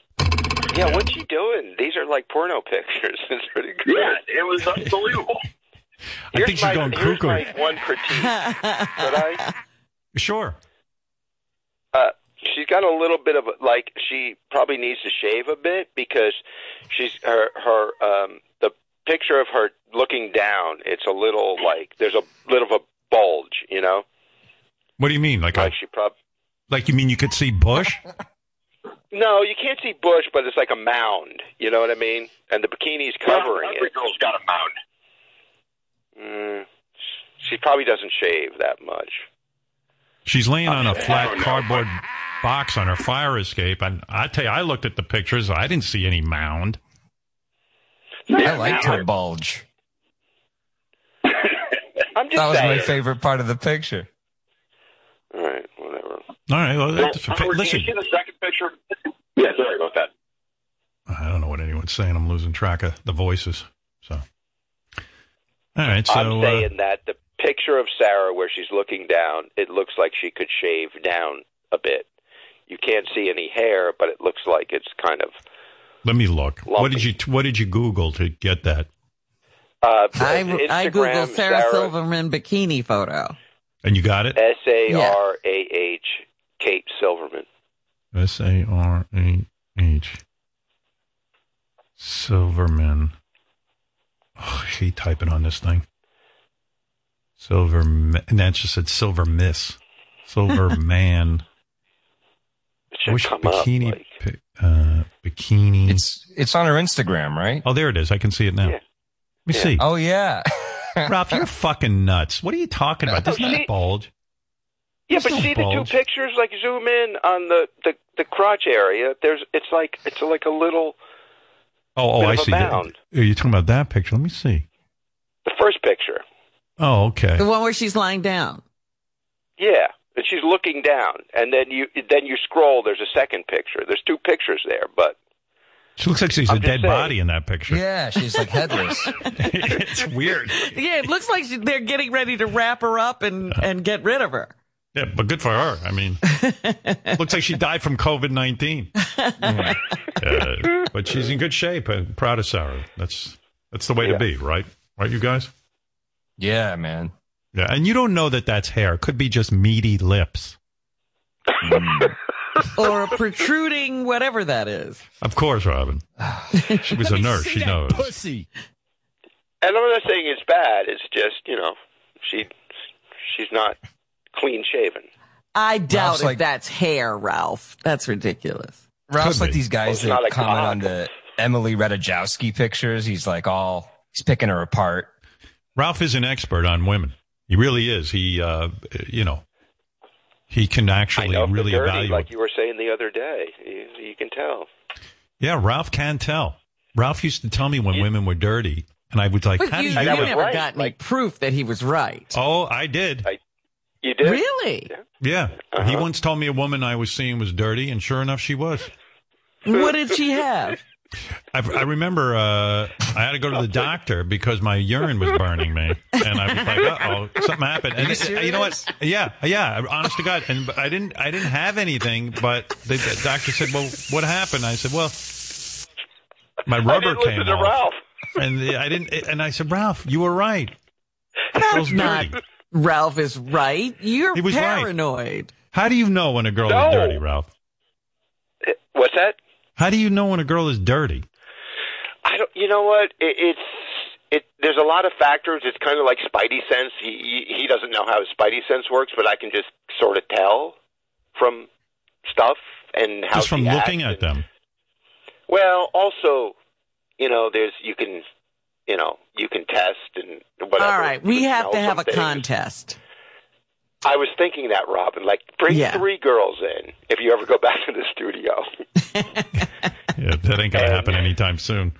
Speaker 4: Yeah, what's she doing? These are like porno pictures. It's pretty good.
Speaker 9: yeah, it was unbelievable.
Speaker 2: I think she's
Speaker 4: my,
Speaker 2: going
Speaker 4: here's
Speaker 2: cuckoo.
Speaker 4: my one critique. But I,
Speaker 2: Sure.
Speaker 4: uh, she's got a little bit of a- like she probably needs to shave a bit because she's her her um the picture of her looking down. It's a little like there's a little of a bulge, you know.
Speaker 2: What do you mean? Like, a,
Speaker 4: Like she probably
Speaker 2: like you mean you could see Bush?
Speaker 4: no, you can't see bush, but it's like a mound. You know what I mean? And the bikini's covering
Speaker 9: Every
Speaker 4: it.
Speaker 9: girl's got a mound.
Speaker 4: Mm, she probably doesn't shave that much.
Speaker 2: She's laying on a
Speaker 4: Oh,
Speaker 9: I don't
Speaker 2: flat
Speaker 9: know.
Speaker 2: cardboard box on her fire escape, and I tell you, I looked at the pictures. I didn't see any mound.
Speaker 6: I liked her bulge.
Speaker 4: I'm just
Speaker 6: That was
Speaker 4: saying.
Speaker 6: my favorite part of the picture.
Speaker 4: All right, whatever.
Speaker 2: All right, well,
Speaker 9: Well,
Speaker 2: that's,
Speaker 9: Howard,
Speaker 2: listen.
Speaker 9: Did you see the second picture? Yeah, sorry about that.
Speaker 2: I don't know what anyone's saying. I'm losing track of the voices. So, all right, so
Speaker 4: I'm
Speaker 2: uh,
Speaker 4: saying that the picture of Sarah where she's looking down, it looks like she could shave down a bit. You can't see any hair, but it looks like it's kind of
Speaker 2: let me look. What did
Speaker 4: Lumpy.
Speaker 2: you What did you Google to get that?
Speaker 4: uh
Speaker 3: I,
Speaker 4: Instagram,
Speaker 3: I Googled Sarah, Silverman bikini photo.
Speaker 2: And you got it.
Speaker 4: S A R A H Kate Silverman.
Speaker 2: S A R A H Silverman. Oh, I hate typing on this thing. Silver, and that just said Silver Miss, Silver Man.
Speaker 4: It
Speaker 2: I
Speaker 4: should
Speaker 2: wish
Speaker 4: come
Speaker 2: bikini,
Speaker 4: up like
Speaker 2: pi- uh, bikini.
Speaker 6: It's it's on her Instagram, right?
Speaker 2: oh, there it is. I can see it now.
Speaker 4: Yeah.
Speaker 2: Let me
Speaker 4: Yeah.
Speaker 2: see.
Speaker 6: Oh yeah.
Speaker 2: Ralph, you're fucking nuts. What are you talking about? There's
Speaker 4: No,
Speaker 2: not a
Speaker 4: she-
Speaker 2: bulge.
Speaker 4: Yeah,
Speaker 2: It's
Speaker 4: but
Speaker 2: no
Speaker 4: see the
Speaker 2: bulge.
Speaker 4: two pictures like zoom in on the, the, the crotch area. There's it's like it's like a little
Speaker 2: Oh, oh,
Speaker 4: bit of
Speaker 2: I
Speaker 4: a
Speaker 2: see. that.
Speaker 4: mound.
Speaker 2: Are you talking about that picture? Let me see.
Speaker 4: the first picture.
Speaker 2: Oh, okay.
Speaker 3: The one where she's lying down.
Speaker 4: Yeah, and she's looking down, and then you then you scroll. There's a second picture. There's two pictures there, but
Speaker 2: She looks like she's
Speaker 4: I'm
Speaker 2: a
Speaker 4: just
Speaker 2: dead
Speaker 4: saying.
Speaker 2: body in that picture.
Speaker 6: yeah, she's like headless.
Speaker 2: it's weird.
Speaker 3: Yeah, it looks like she, they're getting ready to wrap her up and, and get rid of her.
Speaker 2: Yeah, but good for her. I mean, looks like she died from COVID 19. uh, but she's in good shape and proud of Sarah. That's, that's the way to be, right? Right, you guys?
Speaker 6: Yeah, man.
Speaker 2: Yeah. And you don't know that that's hair. It could be just meaty lips.
Speaker 3: Or a protruding whatever that is.
Speaker 2: Of course, Robin. She was a nurse. She knows.
Speaker 6: Pussy.
Speaker 4: and I'm not saying it's bad. It's just you know she she's not clean shaven.
Speaker 3: I doubt
Speaker 6: Ralph's
Speaker 3: if
Speaker 6: like-
Speaker 3: that's hair, Ralph. That's ridiculous.
Speaker 6: Ralph's
Speaker 2: Could
Speaker 6: like
Speaker 2: be.
Speaker 6: these
Speaker 4: Well, it's
Speaker 6: guys
Speaker 4: not a
Speaker 6: that comment
Speaker 4: cock.
Speaker 6: on the Emily Ratajkowski pictures. He's like all he's picking her apart.
Speaker 2: Ralph is an expert on women. He really is. He, uh, you know, He can actually
Speaker 4: know,
Speaker 2: really
Speaker 4: dirty,
Speaker 2: evaluate.
Speaker 4: like you were saying the other day. You, you can tell.
Speaker 2: yeah, Ralph can tell. Ralph used to tell me when women were dirty, and I would like,
Speaker 3: but
Speaker 2: how
Speaker 3: you,
Speaker 2: do
Speaker 3: you
Speaker 2: you? know?"
Speaker 3: never got any proof that he was right.
Speaker 2: Oh, I did.
Speaker 4: You
Speaker 2: Oh.
Speaker 4: did.
Speaker 3: Really?
Speaker 2: yeah, he once told me a woman I was seeing was dirty, and sure enough, she was.
Speaker 3: What did she have?
Speaker 2: I, I remember uh, I had to go to the doctor because my urine was burning me, and I was like, "Uh oh, something happened." And
Speaker 6: Are you
Speaker 2: it- you, know what? Yeah, yeah. Honest to God, and I didn't, I didn't have anything. But the, the doctor said, "Well, what happened?" I said, "Well, my
Speaker 4: I
Speaker 2: rubber
Speaker 4: didn't listen
Speaker 2: came
Speaker 4: to
Speaker 2: off."
Speaker 4: Ralph.
Speaker 2: And the- I didn't, and I said, "Ralph, you were right. It feels
Speaker 3: Not
Speaker 2: dirty.
Speaker 3: Ralph is right. You're
Speaker 2: He was right.
Speaker 3: paranoid.
Speaker 2: How do you know when a girl
Speaker 4: No.
Speaker 2: is dirty, Ralph?
Speaker 4: What's that?
Speaker 2: How do you know when a girl is dirty?"
Speaker 4: I don't. You know what? It, it's it. There's a lot of factors. It's kind of like Spidey sense. He, he he doesn't know how his Spidey sense works, but I can just sort of tell from stuff and how
Speaker 2: Just from
Speaker 4: she acts
Speaker 2: looking at
Speaker 4: and-
Speaker 2: them.
Speaker 4: Well, also, you know, there's you can, you know, you can test and whatever.
Speaker 3: All right,
Speaker 4: You
Speaker 3: we
Speaker 4: can
Speaker 3: have to
Speaker 4: smell
Speaker 3: have
Speaker 4: some
Speaker 3: a
Speaker 4: things.
Speaker 3: contest.
Speaker 4: I was thinking that, Robin. Like, bring
Speaker 3: Yeah.
Speaker 4: three girls in if you ever go back to the studio.
Speaker 2: Yeah, that ain't gonna happen anytime soon.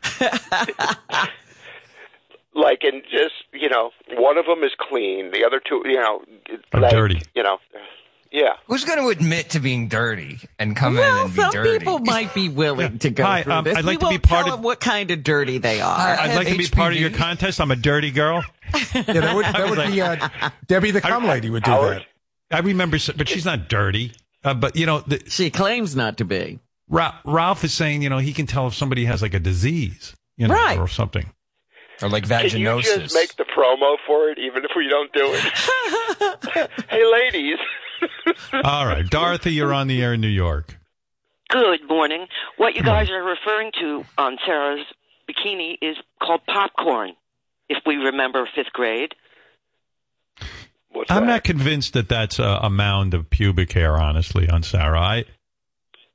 Speaker 4: like and just you know one of them is clean the other two you know
Speaker 2: Are
Speaker 4: like,
Speaker 2: dirty.
Speaker 4: you know yeah
Speaker 6: Who's going to admit to being dirty and come in
Speaker 3: Well,
Speaker 6: and be
Speaker 3: some
Speaker 6: dirty?
Speaker 3: people might be willing
Speaker 2: Yeah.
Speaker 3: to go
Speaker 2: Hi,
Speaker 3: through
Speaker 2: um,
Speaker 3: this.
Speaker 2: I'd
Speaker 3: we
Speaker 2: like to
Speaker 3: won't
Speaker 2: be part
Speaker 3: tell
Speaker 2: of-
Speaker 3: them what kind of dirty they are.
Speaker 6: I
Speaker 2: I'd
Speaker 6: have
Speaker 2: like to be part of
Speaker 6: HPV.
Speaker 2: your contest. I'm a dirty girl.
Speaker 10: Yeah, that would, that would be uh, Debbie the cum lady would do that.
Speaker 2: I remember, s- but she's not dirty. Uh, but you know, the,
Speaker 3: She claims not to be.
Speaker 2: Ra- Ralph is saying, you know, he can tell if somebody has like a disease, you know,
Speaker 3: Right.
Speaker 2: or something.
Speaker 6: or like
Speaker 4: can you
Speaker 6: vaginosis.
Speaker 4: just make the promo for it even if we don't do it hey ladies
Speaker 2: All right, Dorothy, you're on the air in New York.
Speaker 11: Good morning. What you guys are referring to on Sarah's bikini is called popcorn, if we remember fifth grade.
Speaker 4: What's
Speaker 2: I'm
Speaker 4: that?
Speaker 2: not convinced that that's a, a mound of pubic hair, honestly, on Sarah. I,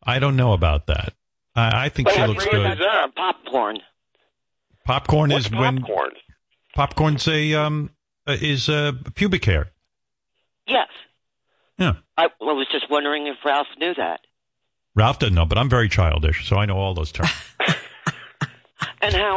Speaker 2: I don't know about that. I, I think
Speaker 4: But
Speaker 2: she
Speaker 4: how
Speaker 2: looks
Speaker 4: green
Speaker 2: good.
Speaker 4: is that?
Speaker 11: Popcorn.
Speaker 2: Popcorn
Speaker 4: What's
Speaker 2: is when
Speaker 4: popcorn
Speaker 2: popcorn's a um uh, is uh, pubic hair.
Speaker 11: Yes.
Speaker 2: Yeah.
Speaker 11: I, I was just wondering if Ralph knew that.
Speaker 2: Ralph doesn't know, but I'm very childish, so I know all those terms.
Speaker 11: And how